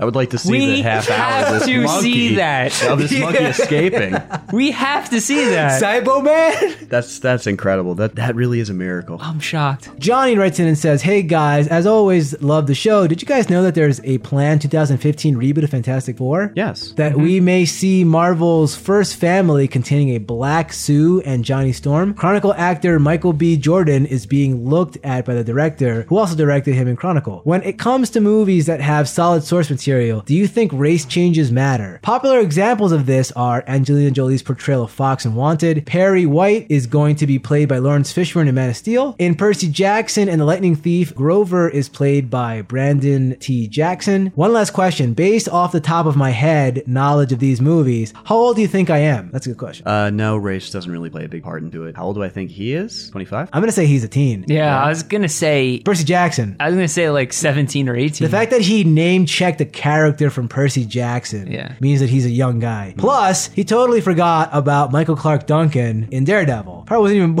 Speaker 2: I would like to see
Speaker 3: We
Speaker 2: the half hour of
Speaker 3: have
Speaker 2: this
Speaker 3: to
Speaker 2: monkey,
Speaker 3: see that.
Speaker 2: of this monkey escaping.
Speaker 3: we have to see that.
Speaker 1: Cybo Man?
Speaker 2: That's that's incredible. That that really is a miracle.
Speaker 3: I'm shocked.
Speaker 1: Johnny writes in and says, Hey guys, as always, love the show. Did you guys know that there's a planned 2015 reboot of Fantastic Four?
Speaker 2: Yes.
Speaker 1: That we may see Marvel's first family containing a Black Sue and Johnny Storm. Chronicle actor Michael B. Jordan is being looked at by the director, who also directed him in Chronicle. When it comes to movies that have solid source material, do you think race changes matter? Popular examples of this are Angelina Jolie's portrayal of Fox in Wanted, Perry White is going to be played by Lawrence Fishburne in Man of Steel, in Percy Jackson and the Lightning Thief, Grover is played by Brandon T. Jackson. One last question. Based off the top of my head knowledge of these movies, how old do you think I am? That's a good question.
Speaker 2: Uh, no, race doesn't really play a big part into it. How old do I think he is? 25?
Speaker 1: I'm going to say he's a teen.
Speaker 3: Yeah, I was gonna say.
Speaker 1: Percy Jackson.
Speaker 3: I was gonna say like 17 or 18.
Speaker 1: The fact that he name checked a character from Percy Jackson
Speaker 3: Yeah.
Speaker 1: means that he's a young guy. Plus, he totally forgot about Michael Clark Duncan in Daredevil. Probably wasn't even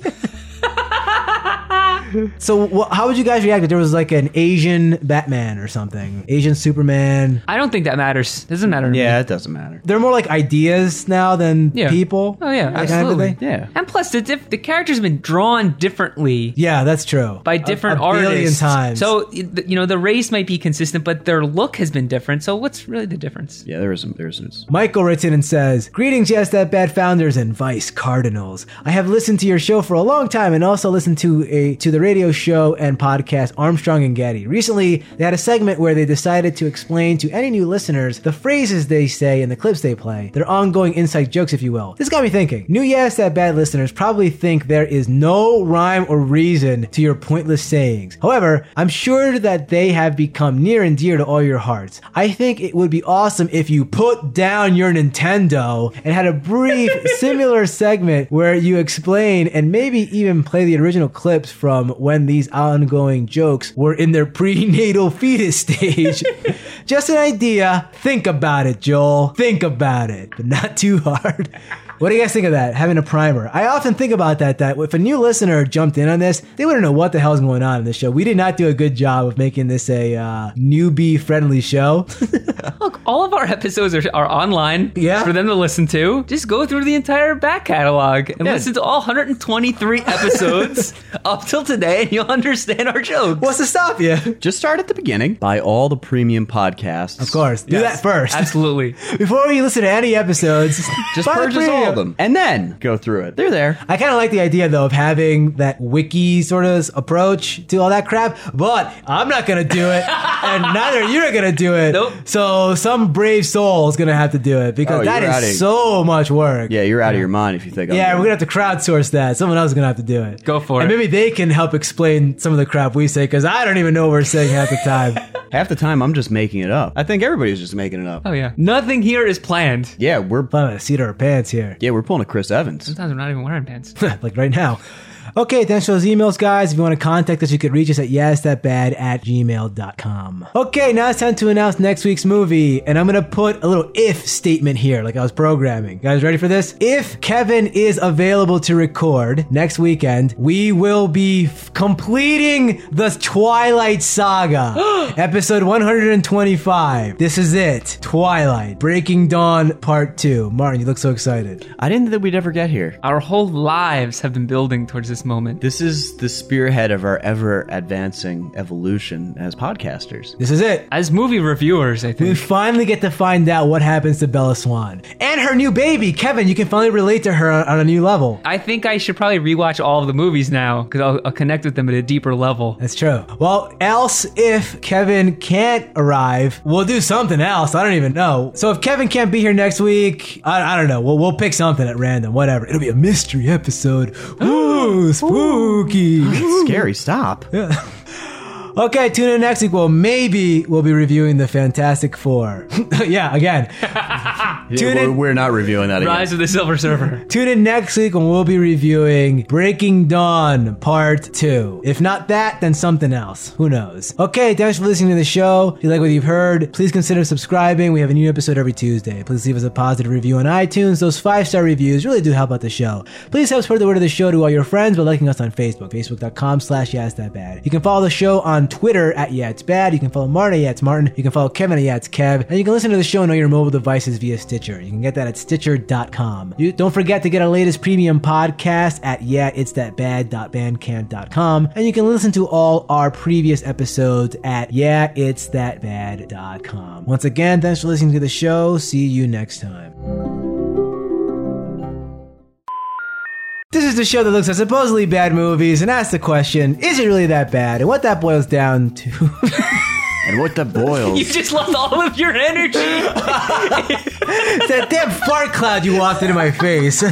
Speaker 1: born yet. so, wh- how would you guys react if there was like an Asian Batman or something? Asian Superman?
Speaker 3: I don't think that matters. Doesn't matter. to
Speaker 2: Yeah,
Speaker 3: me.
Speaker 2: it doesn't matter.
Speaker 1: They're more like ideas now than
Speaker 3: Yeah.
Speaker 1: people.
Speaker 3: Oh yeah,
Speaker 1: That kind of
Speaker 3: absolutely.
Speaker 1: thing.
Speaker 2: Yeah.
Speaker 3: And plus, the diff- the character's been drawn differently
Speaker 1: Yeah, that's true.
Speaker 3: by different
Speaker 1: a, a
Speaker 3: artists.
Speaker 1: billion times.
Speaker 3: So you know the race might be consistent, but their look has been different. So what's really the difference?
Speaker 2: Yeah, there is some. There is some.
Speaker 1: Michael writes in and says, Greetings, Yes That Bad founders and Vice Cardinals. I have listened to your show for a long time and also listened to a to the radio show and podcast Armstrong and Getty. Recently, they had a segment where they decided to explain to any new listeners the phrases they say and the clips they play, their ongoing inside jokes, if you will. This got me thinking. New Yes That Bad listeners probably think there is no rhyme or reason to your pointless sayings. However, I'm sure that they have become near and dear to all your hearts. I think it would be awesome if you put down your Nintendo and had a brief similar segment where you explain and maybe even play the original clips from when these ongoing jokes were in their prenatal fetus stage. Just an idea. Think about it, Joel. Think about it, but not too hard. What do you guys think of that? Having a primer. I often think about that. That if a new listener jumped in on this, they wouldn't know what the hell's going on in this show. We did not do a good job of making this a uh, newbie friendly show.
Speaker 3: Look, all of our episodes are, are online
Speaker 1: Yeah.
Speaker 3: for them to listen to. Just go through the entire back catalog and listen to all 123 episodes up till today, and you'll understand our jokes.
Speaker 1: What's to stop you? Of
Speaker 2: Just start at the beginning. Buy all the premium podcasts. Of
Speaker 1: course, do that first
Speaker 3: Absolutely.
Speaker 1: before you listen to any episodes.
Speaker 2: Just
Speaker 1: buy the
Speaker 2: purchase
Speaker 1: premium.
Speaker 2: all of them, and then go through it. They're there.
Speaker 1: I kind of like the idea though of having that wiki sort of approach to all that crap, but I'm not gonna do it, and neither you're gonna do it.
Speaker 3: Nope.
Speaker 1: So some brave soul is gonna have to do it because
Speaker 2: Oh,
Speaker 1: that
Speaker 2: you're
Speaker 1: is
Speaker 2: outing.
Speaker 1: so much work.
Speaker 2: Yeah, you're out of your mind if you think.
Speaker 1: Yeah,
Speaker 2: I'm
Speaker 1: we're gonna have to crowdsource that. Someone else is gonna have to do it.
Speaker 3: Go for
Speaker 1: and
Speaker 3: it.
Speaker 1: Maybe they can help explain some of the crap we say because I don't even know what we're saying half the time.
Speaker 2: Half the time, I'm just making it up. I think everybody's just making it up.
Speaker 3: Oh, yeah. Nothing here is planned.
Speaker 2: Yeah, we're
Speaker 1: I'm gonna seat our pants here,
Speaker 2: yeah we're pulling a Chris Evans.
Speaker 3: Sometimes I'm not even wearing pants.
Speaker 1: like right now. Okay, thanks for those emails, guys. If you want to contact us, you could reach us at yesthatbad at gmail.com. Okay, now it's time to announce next week's movie, and I'm going to put a little if statement here, like I was programming. Guys, ready for this? If Kevin is available to record next weekend, we will be f- completing the Twilight Saga, episode 125. This is it Twilight, Breaking Dawn, Part 2. Martin, you look so excited.
Speaker 2: I didn't think that we'd ever get here.
Speaker 3: Our whole lives have been building towards this moment.
Speaker 2: This is the spearhead of our ever advancing evolution as podcasters.
Speaker 1: This is it.
Speaker 3: As movie reviewers, I
Speaker 1: We
Speaker 3: think.
Speaker 1: finally get to find out what happens to Bella Swan and her new baby, Kevin. You can finally relate to her on, on a new level.
Speaker 3: I think I should probably rewatch all of the movies now because I'll, I'll connect with them at a deeper level.
Speaker 1: That's true. Well, else if Kevin can't arrive, we'll do something else. I don't even know. So if Kevin can't be here next week, I, I don't know. We'll, we'll pick something at random, whatever. It'll be a mystery episode. Ooh, spooky.
Speaker 2: Scary, stop.
Speaker 1: Okay, tune in next week. Well, maybe we'll be reviewing the Fantastic Four. yeah, again. Tune
Speaker 2: we're,
Speaker 1: in-
Speaker 2: we're not reviewing that again.
Speaker 3: Rise of the Silver Surfer.
Speaker 1: Tune in next week when we'll be reviewing Breaking Dawn Part 2. If not that, then something else. Who knows? Okay, thanks for listening to the show. If you like what you've heard, please consider subscribing. We have a new episode every Tuesday. Please leave us a positive review on iTunes. Those five star reviews really do help out the show. Please help spread the word of the show to all your friends by liking us on Facebook, facebook.com slash yes that bad. You can follow the show on Twitter at yeah it's bad. You can follow Martin at yeah it's Martin. You can follow Kevin at yeah it's Kev. And you can listen to the show on all your mobile devices via Stitcher. You can get that at stitcher.com. You don't forget to get our latest premium podcast at yeahitsthatbad.bandcamp.com. And you can listen to all our previous episodes at yeahitsthatbad.com. Once again, thanks for listening to the show. See you next time. This is the show that looks at supposedly bad movies and asks the question, is it really that bad? And what that boils down to
Speaker 2: And what the boils.
Speaker 3: You just lost all of your energy.
Speaker 1: that damn fart cloud you walked into my face.